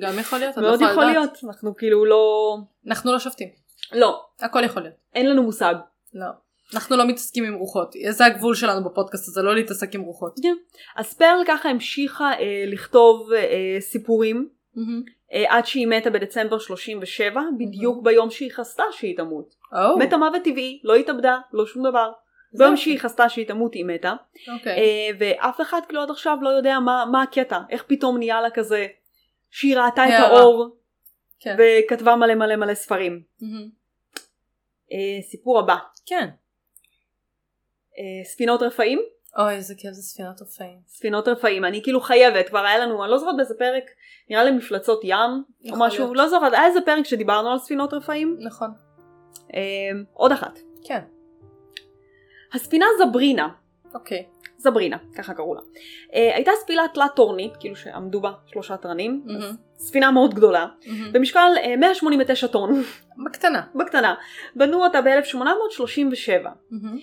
גם יכול להיות. את לא
מאוד
יכולה
יכול
לדעת.
להיות, אנחנו כאילו לא,
אנחנו לא שופטים.
לא,
הכל יכול להיות.
אין לנו מושג.
לא. אנחנו לא מתעסקים עם רוחות. זה הגבול שלנו בפודקאסט הזה, לא להתעסק עם רוחות.
אז פרל ככה המשיכה אה, לכתוב אה, סיפורים
מהמם.
אה, עד שהיא מתה בדצמבר 37, בדיוק ביום שהיא חסתה שהיא תמות.
אוקיי. או.
מתה מוות טבעי, לא התאבדה, לא שום דבר.
זה
ביום
יפה.
שהיא חסתה שהיא תמות היא מתה,
אוקיי.
אה, ואף אחד כאילו עד עכשיו לא יודע מה, מה הקטע, איך פתאום נהיה לה כזה שהיא ראתה את
הערה.
האור
כן.
וכתבה מלא מלא מלא ספרים.
מהמם.
אה, סיפור הבא,
כן.
אה, ספינות רפאים?
אוי, איזה כיף זה ספינת רפאים.
ספינות רפאים, אני כאילו חייבת, כבר היה לנו, אני לא זוכרת באיזה פרק, נראה לי מפלצות ים או
יכול
משהו,
להיות.
לא זוכרת, היה איזה פרק שדיברנו על ספינות רפאים?
נכון.
אה, עוד אחת.
כן.
הספינה זברינה,
אוקיי.
זברינה, ככה קראו לה. אה, הייתה ספינה תלת טורנית, כאילו שעמדו בה שלושה תרנים,
מהמם.
ספינה מאוד גדולה,
מהמם.
במשקל אה, 189 טון,
בקטנה.
בקטנה. בנו אותה ב-1837.
מהמם.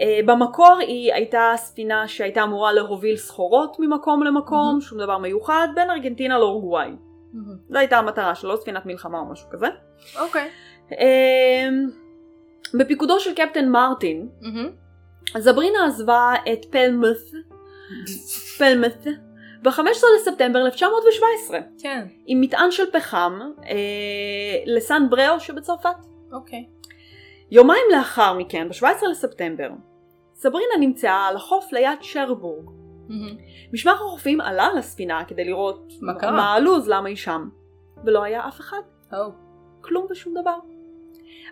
אה, במקור היא הייתה ספינה שהייתה אמורה להוביל סחורות ממקום למקום, שום דבר מיוחד, בין ארגנטינה לאורוגוואי.
מהמם.
זו הייתה המטרה שלו, ספינת מלחמה או משהו כזה.
אוקיי.
אה, בפיקודו של קפטן מרטין,
מהמם.
זברינה עזבה את פלמות, פלמות, ב-15 לספטמבר 1917,
כן.
עם מטען של פחם אה, לסן בריאו שבצרפת.
אוקיי.
יומיים לאחר מכן, ב-17 לספטמבר, סברינה נמצאה על החוף ליד שרבורג.
מהמם.
משמר החופים עלה לספינה כדי לראות
מה קרה?
מה הלו"ז, למה היא שם. ולא היה אף אחד,
או.
כלום ושום דבר.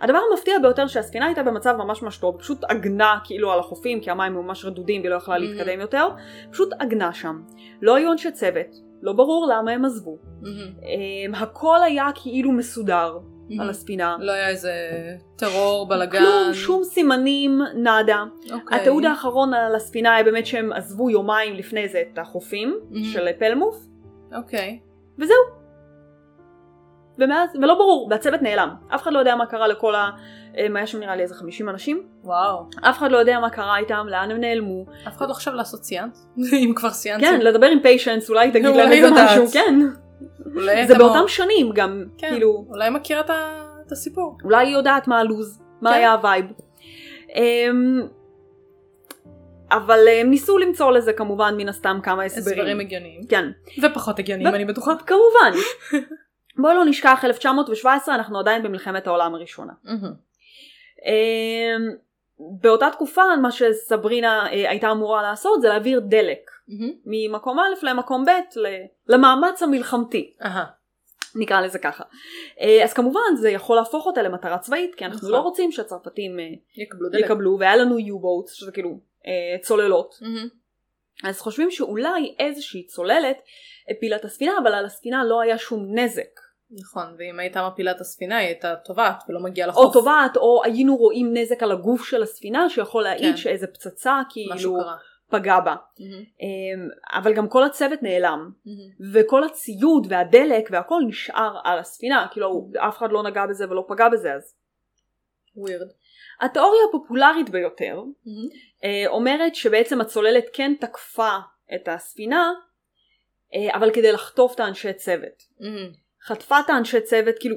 הדבר המפתיע ביותר שהספינה הייתה במצב ממש ממש טוב, פשוט עגנה כאילו על החופים כי המים היו ממש רדודים והיא לא יכלה
מהמם.
להתקדם יותר, פשוט עגנה שם. לא היו אנשי צוות, לא ברור למה הם עזבו.
מהמם.
אמ, הכל היה כאילו מסודר על הספינה.
לא היה איזה טרור, בלאגן.
כלום, שום סימנים, נאדה.
אוקיי.
התיעוד האחרון על הספינה היה באמת שהם עזבו יומיים לפני זה את החופים
Mhm.
של פלמוף,
אוקיי.
ומאז, ולא ברור, והצוות נעלם. אף אחד לא יודע מה קרה לכל ה... הם היה שם נראה לי איזה 50 אנשים.
וואו.
אף אחד לא יודע מה קרה איתם, לאן הם נעלמו.
אף אחד לא חשב לעשות סיאנס? אם כבר סיאנס.
כן, לדבר עם פיישנס, אולי תגיד
אולי
להם איזה
יודעת.
משהו, כן.
אולי
זה
אתה
באותם
מאוד-
שנים גם,
כן.
כאילו,
אולי מכירה את ה- את הסיפור.
אולי היא יודעת מה הלו"ז, מה
כן.
היה הווייב. אמ, אבל אה, הם ניסו למצוא לזה כמובן מן הסתם כמה
הסברים
הסברים.
הגיוניים.
כן.
ופחות הגיוניים,
ו-
אני בטוחה.
כמובן. בואו לא נשכח 1917 אנחנו עדיין במלחמת העולם הראשונה.
מהמם.
אמ, באותה תקופה מה שסברינה אה, הייתה אמורה לעשות זה להעביר דלק
מהמם.
ממקום א' למקום ב' ל- למאמץ המלחמתי
אהה.
נקרא לזה ככה. אה, אז כמובן זה יכול להפוך אותה למטרה צבאית כי אנחנו
נכון.
לא רוצים שהצרפתים אה,
יקבלו דלק.
יקבלו והיה לנו U-Boats שזה כאילו אה, צוללות
מהמם.
אז חושבים שאולי איזושהי צוללת הפילה את הספינה אבל על הספינה לא היה שום נזק.
נכון, ואם הייתה מפילה את הספינה היא הייתה טובעת ולא מגיעה לחוף.
או טובעת או היינו רואים נזק על הגוף של הספינה שיכול להעיד
כן.
שאיזה פצצה
משהו
כאילו
קרה.
פגע בה. אמ, אבל גם כל הצוות נעלם, וכל הציוד והדלק והכל נשאר על הספינה, כאילו אף אחד לא נגע בזה ולא פגע בזה אז.
ווירד.
התיאוריה הפופולרית ביותר אה, אומרת שבעצם הצוללת כן תקפה את הספינה, אה, אבל כדי לחטוף את האנשי צוות. חטפה את האנשי צוות, כאילו,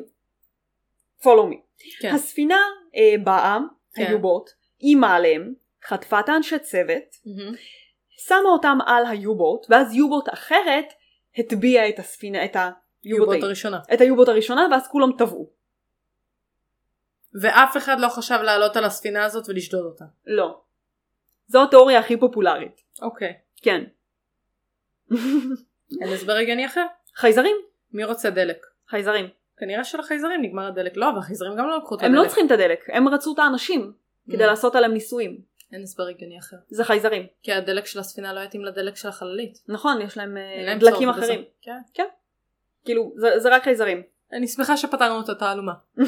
follow me.
כן.
הספינה אה, באה,
כן.
היובוט, אימה עליהם, חטפה את האנשי צוות, שמה אותם על היובוט, ואז יובוט אחרת הטביע את הספינה, את היובוט,
יובות
ההיא.
הראשונה.
את היובוט הראשונה, ואז כולם טבעו.
ואף אחד לא חשב לעלות על הספינה הזאת ולשדוד אותה.
לא. זו התיאוריה הכי פופולרית.
אוקיי.
כן.
אין הסבר הגיוני אחר.
חייזרים?
מי רוצה דלק?
חייזרים.
כנראה שלחייזרים נגמר הדלק. לא, אבל החייזרים גם לא לקחו את הדלק.
הם לא צריכים את הדלק, הם רצו את האנשים כדי
Mm.
לעשות עליהם ניסויים.
אין הסבר הגיוני אחר.
זה חייזרים.
כי הדלק של הספינה לא יתאים לדלק של החללית.
נכון, יש להם אה,
אין להם
דלקים
צורך בזה.
אחרים.
כן.
כאילו, זה- זה רק חייזרים.
אני שמחה שפתרנו את התעלומה.
אה,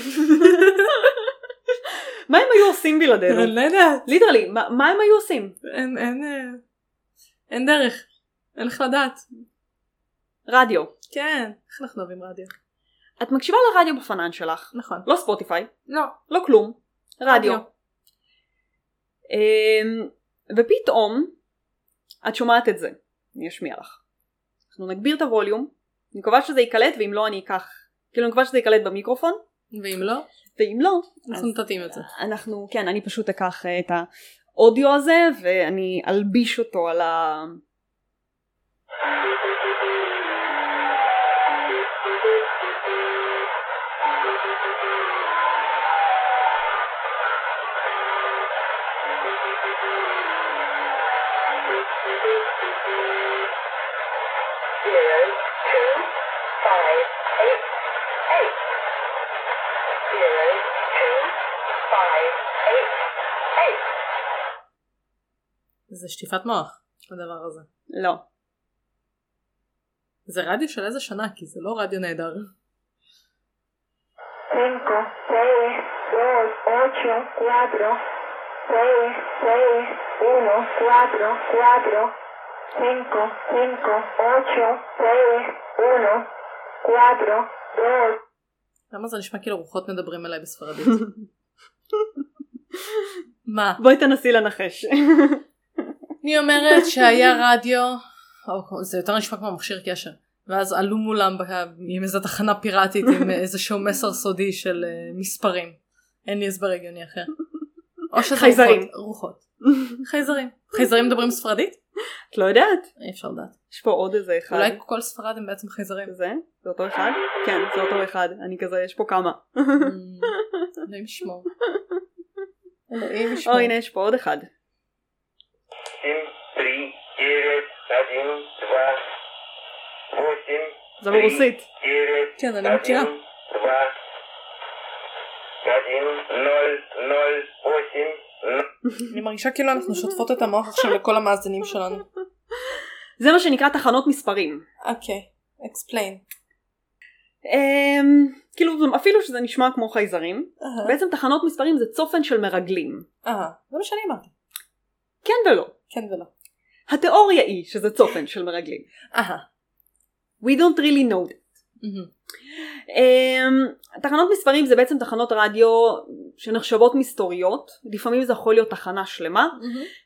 מה הם היו עושים בלעדינו?
לא יודעת.
ליטרלי, מה מה הם היו עושים?
אין, אין, אה, אין דרך. אין לך לדעת.
רדיו.
כן. איך אנחנו אוהבים רדיו?
את מקשיבה לרדיו בפנן שלך.
נכון.
לא ספוטיפיי,
לא.
לא כלום. רדיו. אמ, ופתאום את שומעת את זה. אני אשמיע לך. אנחנו נגביר את הווליום. אני מקווה שזה ייקלט ואם לא אני אקח. כאילו אני מקווה שזה ייקלט במיקרופון.
ואם לא,
ואם לא, אז
אנחנו נתתים את זה.
אנחנו, כן, אני פשוט אקח אה, את האודיו הזה ואני אלביש אותו על ה...
zero two five eight eight zero two five eight eight.
זה שטיפת מוח, הדבר הזה.
לא.
זה רדיו של איזה שנה? כי זה לא רדיו נהדר.
Cinco, seis, dos, ocho, cuatro, seis, seis, uno, cuatro, cuatro, cinco, cinco, ocho, seis, uno, cuatro, dos,
למה זה נשמע כאילו רוחות מדברים אליי בספרדית? מה?
בואי תנסי לנחש.
אני אומרת שהיה רדיו, או, זה יותר נשמע כמו מכשיר קשר, ואז עלו מולם ב- עם איזו תחנה פיראטית עם איזשהו מסר סודי של אה, מספרים. אין לי הסבר הגיוני אחר. או שזה
חייזרים.
רוחות. רוחות. חייזרים. חייזרים מדברים ספרדית?
את לא יודעת?
אי אפשר לדעת.
יש פה עוד איזה אחד.
אולי כל ספרד הם בעצם חייזרים.
זה? זה אותו אחד? כן, זה אותו אחד. אני כזה, יש פה כמה.
אלוהים ישמור. אלוהים
או
ישמור.
הנה יש פה עוד אחד.
семь, три, девять, один, два, восемь,
זה ברוסית.
девять,
ну Чё, она мутила?
один, два, один, ноль, ноль, восемь, ноль.
אני מרגישה כאילו אנחנו שוטפות את המוח עכשיו לכל המאזינים שלנו.
זה מה שנקרא תחנות מספרים.
אוקיי, אקספליין.
אמ, כאילו אפילו שזה נשמע כמו חייזרים, בעצם תחנות מספרים זה צופן של מרגלים.
אהה, זה מה שאני אמרתי.
כן ולא.
כן ולא.
התיאוריה היא שזה צופן של מרגלים.
אהה.
We don't really know that. אמ, תחנות מספרים זה בעצם תחנות רדיו שנחשבות מסתוריות, לפעמים זה יכול להיות תחנה שלמה,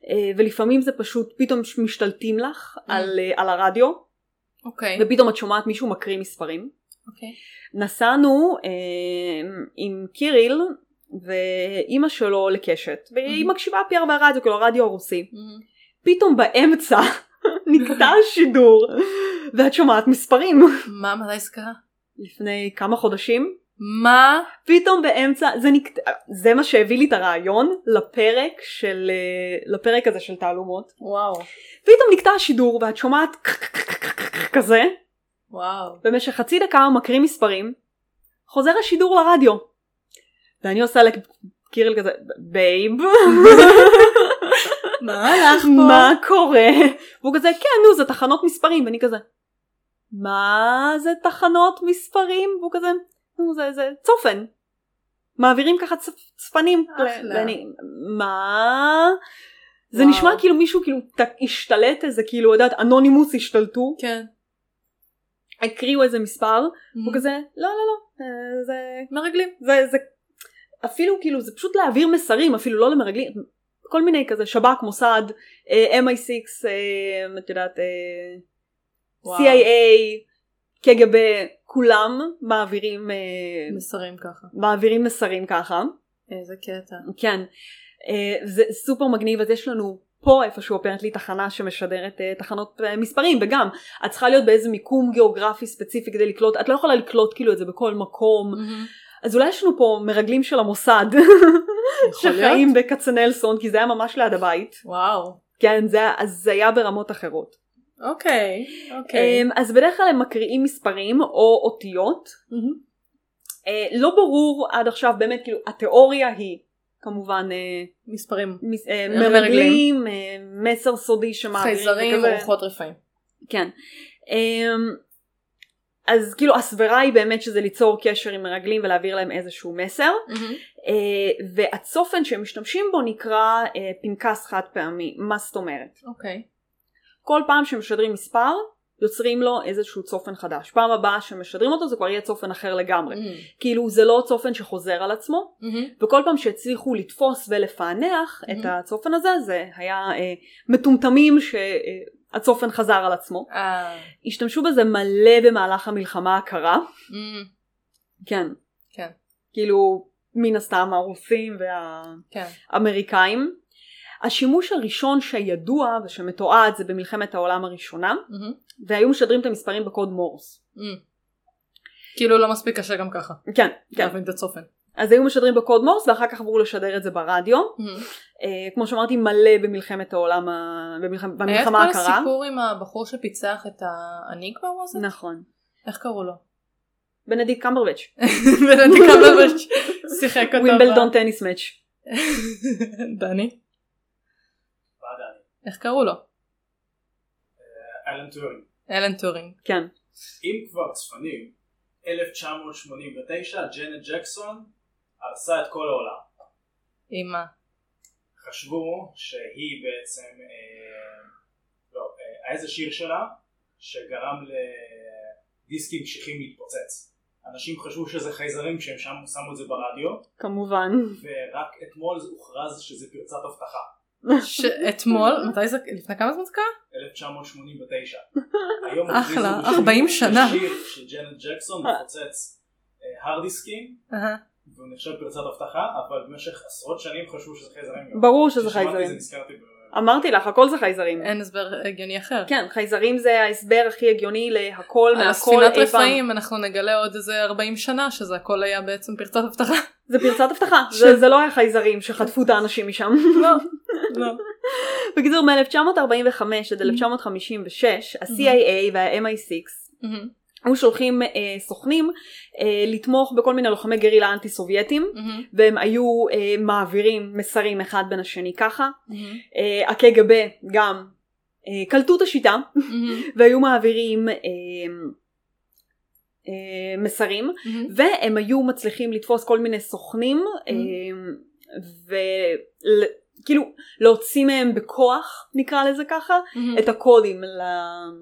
אה, ולפעמים זה פשוט פתאום משתלטים לך על, אה, על הרדיו,
אוקיי.
ופתאום את שומעת מישהו מקריא מספרים.
אוקיי.
נסענו אה, עם קיריל ואימא שלו לקשת, והיא
Mhm.
מקשיבה פי ארבע רדיו, כאילו הרדיו הרוסי. פתאום באמצע נקטע השידור, ואת שומעת מספרים.
מה, מתי זה קרה?
לפני כמה חודשים,
מה?
פתאום באמצע, זה נקטע, זה מה שהביא לי את הרעיון לפרק של, אה, לפרק הזה של תעלומות.
וואו.
פתאום נקטע השידור ואת שומעת כזה,
וואו.
במשך חצי דקה מקריא מספרים, חוזר השידור לרדיו. ואני עושה לקירל כזה, בייב,
מה הלך
מה קורה? והוא כזה, כן נו זה תחנות מספרים, ואני כזה, מה זה תחנות מספרים? והוא כזה, נו זה, זה צופן. מעבירים ככה צפ- צפנים,
אחלה.
ואני, מה? זה
וואו.
נשמע כאילו מישהו כאילו ת- השתלט איזה כאילו, יודעת, אנונימוס השתלטו,
כן.
הקריאו איזה מספר,
Mm-hmm.
הוא כזה, לא, לא, לא, אה, זה
מרגלים.
זה, זה אפילו כאילו זה פשוט להעביר מסרים אפילו לא למרגלים כל מיני כזה שב"כ מוסד אה, MI6 אה, את יודעת אה,
וואו.
CIA קג"ב כולם מעבירים אה,
מסרים ככה.
מעבירים מסרים ככה
איזה קטע.
כן אה, זה סופר מגניב אז יש לנו פה איפשהו אופרנטלי תחנה שמשדרת אה, תחנות אה, מספרים וגם את צריכה להיות באיזה מיקום גיאוגרפי ספציפי כדי לקלוט את לא יכולה לקלוט כאילו את זה בכל מקום
Mm.
אז אולי יש לנו פה מרגלים של המוסד
יכול להיות?
שחיים בכצנלסון כי זה היה ממש ליד הבית.
וואו.
כן זה היה הזיה ברמות אחרות.
אוקיי. אוקיי.
אמ, אז בדרך כלל הם מקריאים מספרים או אותיות. אה, לא ברור עד עכשיו באמת כאילו התיאוריה היא כמובן אה,
מספרים.
מס- אה,
מרגלים.
מרגלים אה, מסר סודי שמעבירים.
חייזרים,
וכזה.
רוחות רפאים.
כן. אמ, אז כאילו הסברה היא באמת שזה ליצור קשר עם מרגלים ולהעביר להם איזשהו מסר. אה, והצופן שהם משתמשים בו נקרא אה, פנקס חד פעמי, מה זאת אומרת?
אוקיי.
כל פעם שמשדרים מספר, יוצרים לו איזשהו צופן חדש. פעם הבאה שמשדרים אותו זה כבר יהיה צופן אחר
Mm-hmm.
לגמרי. כאילו זה לא צופן שחוזר על עצמו, וכל פעם שהצליחו לתפוס ולפענח את
Mhm.
הצופן הזה, זה היה אה, מטומטמים שהצופן חזר על עצמו.
אה,
השתמשו בזה מלא במהלך המלחמה הקרה.
מ,
כן.
כן.
כאילו, מן הסתם הרוסים וה...
כן.
אמריקאים. השימוש הראשון שידוע ושמתועד זה במלחמת העולם הראשונה,
מ,
והיו משדרים את המספרים בקוד מורס.
מ. כאילו לא מספיק קשה גם ככה.
כן, כן.
להבין את הצופן.
אז היו משדרים בקוד מורס ואחר כך עברו לשדר את זה ברדיו. אה, כמו שאמרתי, מלא במלחמת העולם, ה... במלח...
היה את
במלחמה
כל
הקרה.
הסיפור עם הבחור שפיצח את האניגמה הוא הזה?
נכון.
איך קראו לו?
בנדיק קמברבץ',
בנדיקה ממש שיחק אותו.
ווימבלדון טניס מאץ'.
ב- דני?
מה דני?
איך קראו לו?
אלן טורינג.
אלן טורינג.
כן.
אם כבר צפנים, 1989 ג'נט ג'קסון הרסה את כל העולם.
אימא.
חשבו שהיא בעצם, אה, לא, אה, היה איזה שיר שלה שגרם לדיסקים קשיחים להתפוצץ. אנשים חשבו שזה חייזרים שהם שם שמו את זה ברדיו,
כמובן.
ורק אתמול הוכרז שזה פרצת אבטחה.
שאתמול, מתי זה, לפני כמה זמן זה קרה?
1989. היום
אחלה,
הכריזו
40
בשיר-
שנה.
בשיר של ג'נט ג'קסון מפוצץ אה, הרד דיסקים,
אהה.
והוא נחשב פרצת אבטחה, אבל במשך עשרות שנים חשבו שזה חייזרים. גם.
ברור שזה
כששמעתי את זה
חייזרים.
נזכרתי ב...
אמרתי לך, הכל זה חייזרים.
אין הסבר הגיוני אחר.
כן, חייזרים זה ההסבר הכי הגיוני להכל
על
מהכל
הספינת
אי פעם.
אה, רפאים אנחנו נגלה עוד איזה 40 שנה שזה הכל היה בעצם פרצת הבטחה.
זה פרצת הבטחה, זה, זה לא היה חייזרים שחטפו את האנשים משם.
לא, לא.
בקיצור, מ-1945 עד 1956, ה-CIA וה-MI6
מהמם,
היו שולחים אה, סוכנים אה, לתמוך בכל מיני לוחמי גרילה אנטי סובייטים,
מהמם,
והם היו אה, מעבירים מסרים אחד בין השני ככה.
מהמם,
אה, הקג"ב גם אה, קלטו את השיטה,
מהמם,
והיו מעבירים אה, אה, מסרים,
מהמם.
והם היו מצליחים לתפוס כל מיני סוכנים אה, וכאילו כאילו, להוציא מהם בכוח נקרא לזה ככה
Mm-hmm.
את הקודים ל-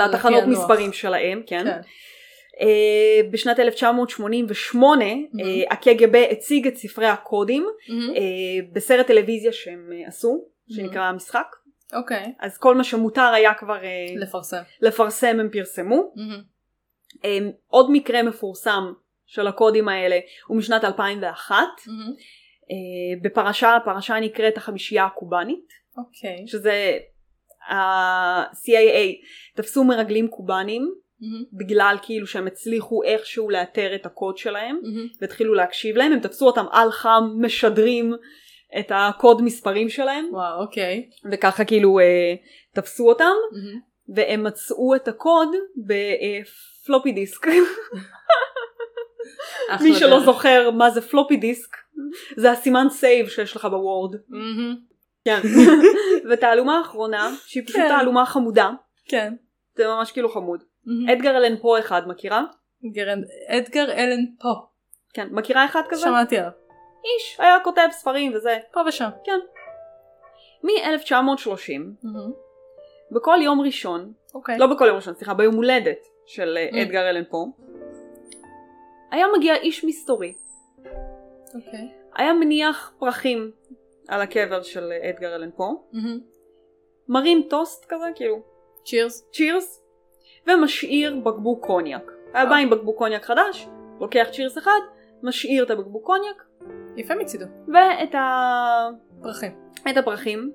לתחנות
לפענוח.
מספרים שלהם כן.
כן.
אה, בשנת 1988
Mm-hmm.
אה, הקג"ב הציג את ספרי הקודים
מהמם,
אה, בסרט טלוויזיה שהם אה, עשו
Mm-hmm.
שנקרא המשחק
אוקיי,
אז כל מה שמותר היה כבר אה,
לפרסם.
לפרסם הם פרסמו
מהמם,
אמ, עוד מקרה מפורסם של הקודים האלה הוא משנת 2001
מהמם,
אה, בפרשה הפרשה נקראת החמישייה הקובאנית
אוקיי.
שזה ה-CIA תפסו מרגלים קובאנים
מהמם,
בגלל כאילו שהם הצליחו איכשהו לאתר את הקוד שלהם
מהמם,
והתחילו להקשיב להם הם תפסו אותם על חם משדרים את הקוד מספרים שלהם
וואו, אוקיי.
וככה כאילו אה, תפסו אותם
מהמם.
והם מצאו את הקוד אה, בפלופי דיסק
אחלה
מי שלא
דרך.
זוכר מה זה פלופי דיסק זה הסימן סייב שיש לך בוורד.
מהמם,
כן. ותעלומה אחרונה שהיא פשוט
כן.
תעלומה חמודה
כן.
זה ממש כאילו חמוד.
מהמם.
אדגר אלן פה אחד מכירה?
אדגר- אדגר אלן פה.
כן. מכירה אחד כזה?
שמעתי עליו.
איש היה כותב ספרים וזה.
פה ושם.
מ-1930, בכל יום ראשון,
אוקיי.
לא בכל יום ראשון, סליחה, ביום הולדת של אה,
Mm.
אדגר אלן פה, היה מגיע איש מסתורי,
אוקיי.
היה מניח פרחים על הקבר של אה, אדגר אלן פה,
מהמם.
מרים טוסט כזה, כאילו,
צ'ירס.
צ'ירס, ומשאיר בקבוק קוניאק. היה בא עם בקבוק קוניאק חדש, לוקח צ'ירס אחד, משאיר את הבקבוק קוניאק,
יפה מצידו.
ואת ה...
פרחים.
את הפרחים.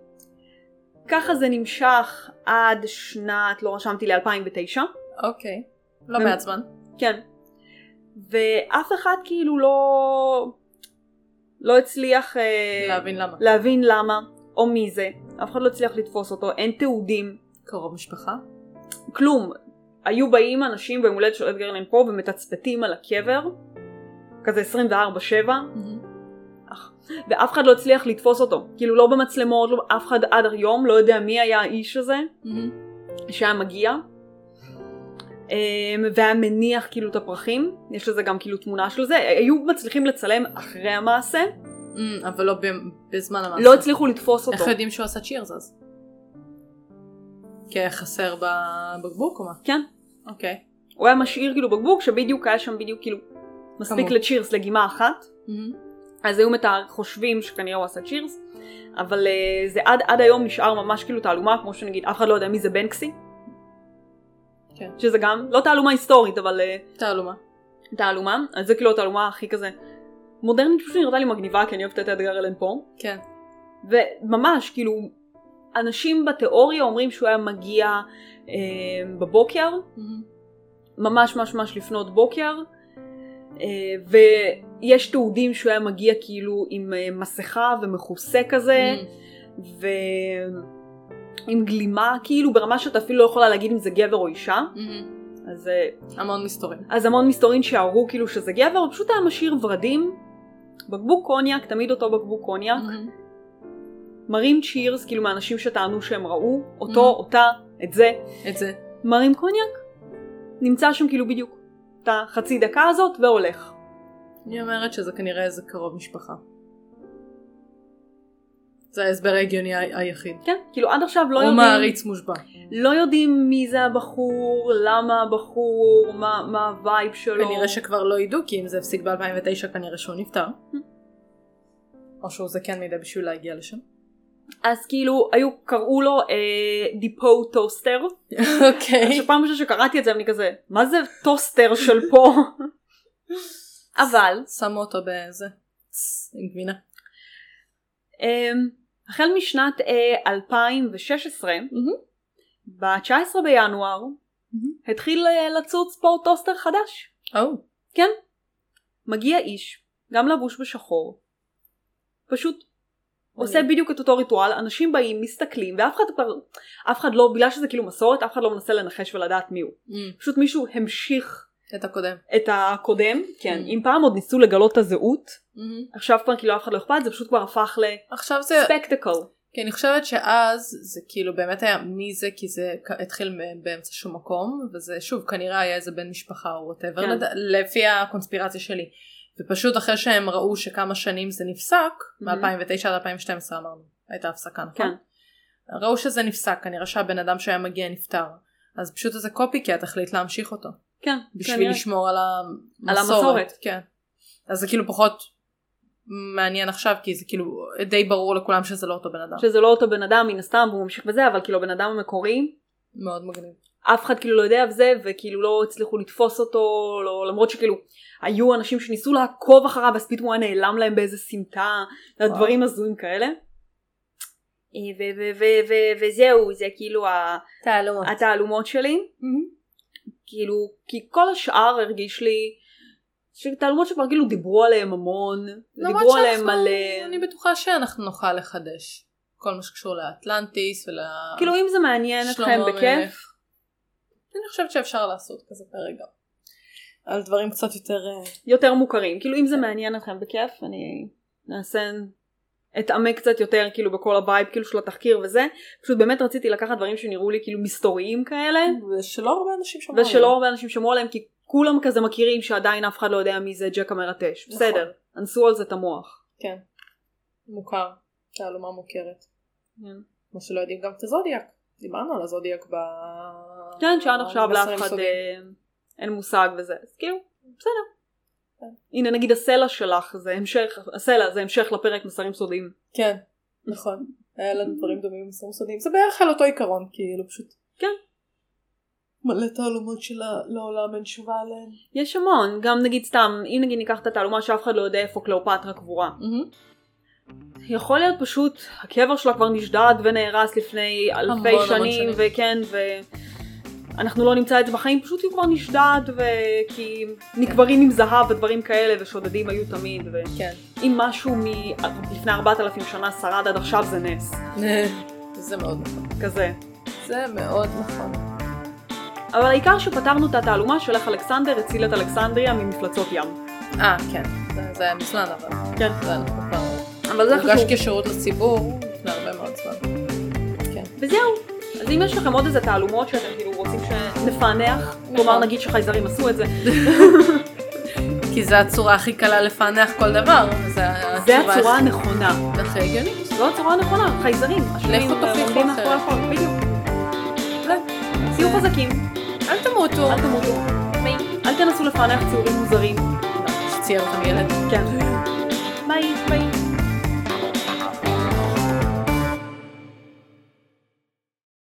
ככה זה נמשך עד שנת, לא רשמתי לי, 2009.
אוקיי. לא
ומ-
מעט זמן.
כן. ואף אחד כאילו לא... לא הצליח... אה,
להבין למה.
להבין למה, או מי זה. אף אחד לא הצליח לתפוס אותו, אין תיעודים,
קרוב משפחה.
כלום. היו באים אנשים ביום הולדת של אדגר לן פה ומתצפתים על הקבר, כזה 24-7, ואף אחד לא הצליח לתפוס אותו. כאילו לא במצלמות, לא, אף אחד עד היום לא יודע מי היה האיש הזה.
מהמם.
שהיה מגיע אמ, והיה מניח כאילו את הפרחים, יש לזה גם כאילו תמונה של זה, היו מצליחים לצלם אחרי המעשה,
אמ, אבל לא ב- בזמן המעשה.
לא הצליחו לתפוס
איך
אותו.
יודעים שהוא עשה צ'ירס אז? כי היה חסר בבקבוק או מה?
כן,
אוקיי.
הוא היה משאיר כאילו בקבוק שבדיוק היה שם בדיוק כאילו מספיק
כמות.
לצ'ירס לגימה אחת,
מהמם.
אז היו מתאר- חושבים שכנראה הוא עשה צ'ירס, אבל אה, זה עד, עד היום נשאר ממש כאילו תעלומה, כמו שנגיד אף אחד לא יודע מי זה בנקסי.
כן.
שזה גם לא תעלומה היסטורית אבל אה,
תעלומה.
תעלומה, אז זה כאילו התעלומה הכי כזה מודרנית פשוט נראתה לי מגניבה כי אני אוהבת את אדגר אלן פה.
כן.
וממש כאילו אנשים בתיאוריה אומרים שהוא היה מגיע אה, בבוקר
מהמם.
ממש ממש ממש לפנות בוקר אה, ויש תיעודים שהוא היה מגיע כאילו עם אה, מסכה ומכוסה כזה
מהמם.
ועם גלימה כאילו ברמה שאתה אפילו לא יכולה להגיד אם זה גבר או אישה
מהמם.
אז, אה,
המון מסתורים.
אז המון מסתורין שערו כאילו שזה גבר הוא פשוט היה משאיר ורדים בקבוק קוניאק תמיד אותו בקבוק קוניאק
מהמם.
מרים צ'ירס, כאילו מאנשים שטענו שהם ראו,
Mhm.
אותו, אותה, את זה,
את זה.
מרים קוניאק, נמצא שם כאילו בדיוק את החצי דקה הזאת והולך.
אני אומרת שזה כנראה איזה קרוב משפחה. זה ההסבר ההגיוני ה- היחיד.
כן, כאילו עד עכשיו לא
הוא
יודעים,
מעריץ מושבע.
לא יודעים מי זה הבחור, למה הבחור, מה, מה הווייב שלו.
כנראה שכבר לא ידעו, כי אם זה הפסיק ב-2009 כנראה שהוא נפטר. או שהוא זקן מדי בשביל להגיע לשם.
אז כאילו היו, קראו לו אה, דיפו טוסטר.
אוקיי.
עכשיו פעם ראשונה שקראתי את זה אני כזה, מה זה טוסטר של פה? אבל
שמו אותו באיזה... עם גבינה.
אמ, החל משנת אה, 2016, ב-19 בינואר, התחיל אה, לצוץ פה טוסטר חדש.
או.
מגיע איש, גם לבוש בשחור, פשוט עושה
מעניין.
בדיוק את אותו ריטואל, אנשים באים, מסתכלים, ואף אחד כבר, אף אחד לא, בגלל שזה כאילו מסורת, אף אחד לא מנסה לנחש ולדעת מי הוא.
Mm.
פשוט מישהו המשיך
את הקודם.
את הקודם, כן,
Mm.
אם פעם עוד ניסו לגלות את הזהות, עכשיו כבר כאילו אף אחד לא אכפת, זה פשוט כבר הפך
עכשיו זה...
לספקטקל.
כי אני חושבת שאז זה כאילו באמת היה מי זה כי זה כ- התחיל מ- באמצע שום מקום וזה שוב כנראה היה איזה בן משפחה או וואטאבר
כן.
כן. לפי הקונספירציה שלי. ופשוט אחרי שהם ראו שכמה שנים זה נפסק
מהמם.
מ-2009 עד 2012 אמרנו הייתה הפסקה נכון?
כן.
ראו שזה נפסק כנראה שהבן אדם שהיה מגיע נפטר אז פשוט איזה קופי קט החליט להמשיך אותו
כן,
בשביל
כנראה.
לשמור על המסורת.
על המסורת.
כן. אז זה כאילו פחות מעניין עכשיו כי זה כאילו די ברור לכולם שזה לא אותו בן אדם.
שזה לא אותו בן אדם מן הסתם והוא ממשיך בזה אבל כאילו הבן אדם המקורי
מאוד מגניב.
אף אחד כאילו לא יודע על זה וכאילו לא הצליחו לתפוס אותו לא, למרות שכאילו היו אנשים שניסו לעקוב אחריו אז פתאום הוא היה נעלם להם באיזה סמטה דברים הזויים כאלה. אה, ו- ו- ו- ו- וזהו זה כאילו ה-
תעלומות.
התעלומות שלי כאילו כי כל השאר הרגיש לי שתעלומות שכבר כאילו דיברו עליהם המון דיברו עליהם מלא
לא אני בטוחה שאנחנו נוכל לחדש. כל מה שקשור לאטלנטיס ול...
כאילו אם זה מעניין
שלמה
אתכם בכיף
המלך. אני חושבת שאפשר לעשות כזה פרק גם. על דברים קצת יותר... אה,
יותר מוכרים. כאילו אם זה מעניין אתכם בכיף, אני נעשה, אתעמק קצת יותר כאילו בכל הווייב כאילו של התחקיר וזה. פשוט באמת רציתי לקחת דברים שנראו לי כאילו מסתוריים כאלה,
ושלא הרבה אנשים שמעו.
ושלא הרבה אנשים שמעו עליהם כי כולם כזה מכירים שעדיין אף אחד לא יודע מי זה ג'ק המרטש.
נכון.
בסדר, אנסו על זה את המוח.
כן. מוכר. תעלומה מוכרת. כמו שלא יודעים גם את הזודיאק. דיברנו על הזודיאק ב...
כן, שעד עכשיו לאף
במסרים
אחד
סודיים.
אה, אין מושג וזה, אז כאילו, בסדר.
כן.
הנה נגיד הסלע שלך זה המשך, הסלע זה המשך לפרק מסרים סודיים.
כן, נכון. היה לנו דברים דומים במסרים סודיים. זה בערך על אותו עיקרון, כאילו פשוט...
כן.
מלא תעלומות שלעולם אין תשובה עליהן.
יש המון, גם נגיד סתם, אם נגיד ניקח את התעלומה שאף אחד לא יודע איפה קליאופטרה קבורה. יכול להיות פשוט, הקבר שלה כבר נשדד ונהרס לפני
המון,
אלפי
המון
שנים,
שנים.
וכן, ו... אנחנו לא נמצא את זה בחיים, פשוט הוא כבר נשדד, וכי נקברים עם זהב ודברים כאלה, ושודדים היו תמיד, ו...
כן.
אם משהו מלפני 4,000 שנה שרד עד עכשיו זה נס,
זה מאוד נכון.
כזה.
זה מאוד נכון.
אבל העיקר שפתרנו את התעלומה של איך אלכסנדר הציל את אלכסנדריה ממפלצות ים.
אה, כן. זה- זה היה מזמן, אבל...
כן.
זה אנחנו כבר...
אבל זה
הוגש
חשוב.
כשירות לציבור לפני הרבה מאוד זמן.
וזהו. אז אם יש לכם עוד איזה תעלומות שאתם כאילו רוצים שנפענח, כלומר
נכון.
נגיד שחייזרים עשו את זה,
כי זו הצורה הכי קלה לפענח כל דבר.
זה הצורה הנכונה.
הכי הגיונית.
זו הצורה הנכונה, חייזרים. אשמים, אה,
תוכיחו
עומדים
אחרת.
מאחורי החוק, בדיוק.
לא.
תהיו חזקים,
אל תמותו.
אל תמותו. אל תנסו לפענח ציורים מוזרים.
שצייר אותם ילד.
כן. ביי, ביי.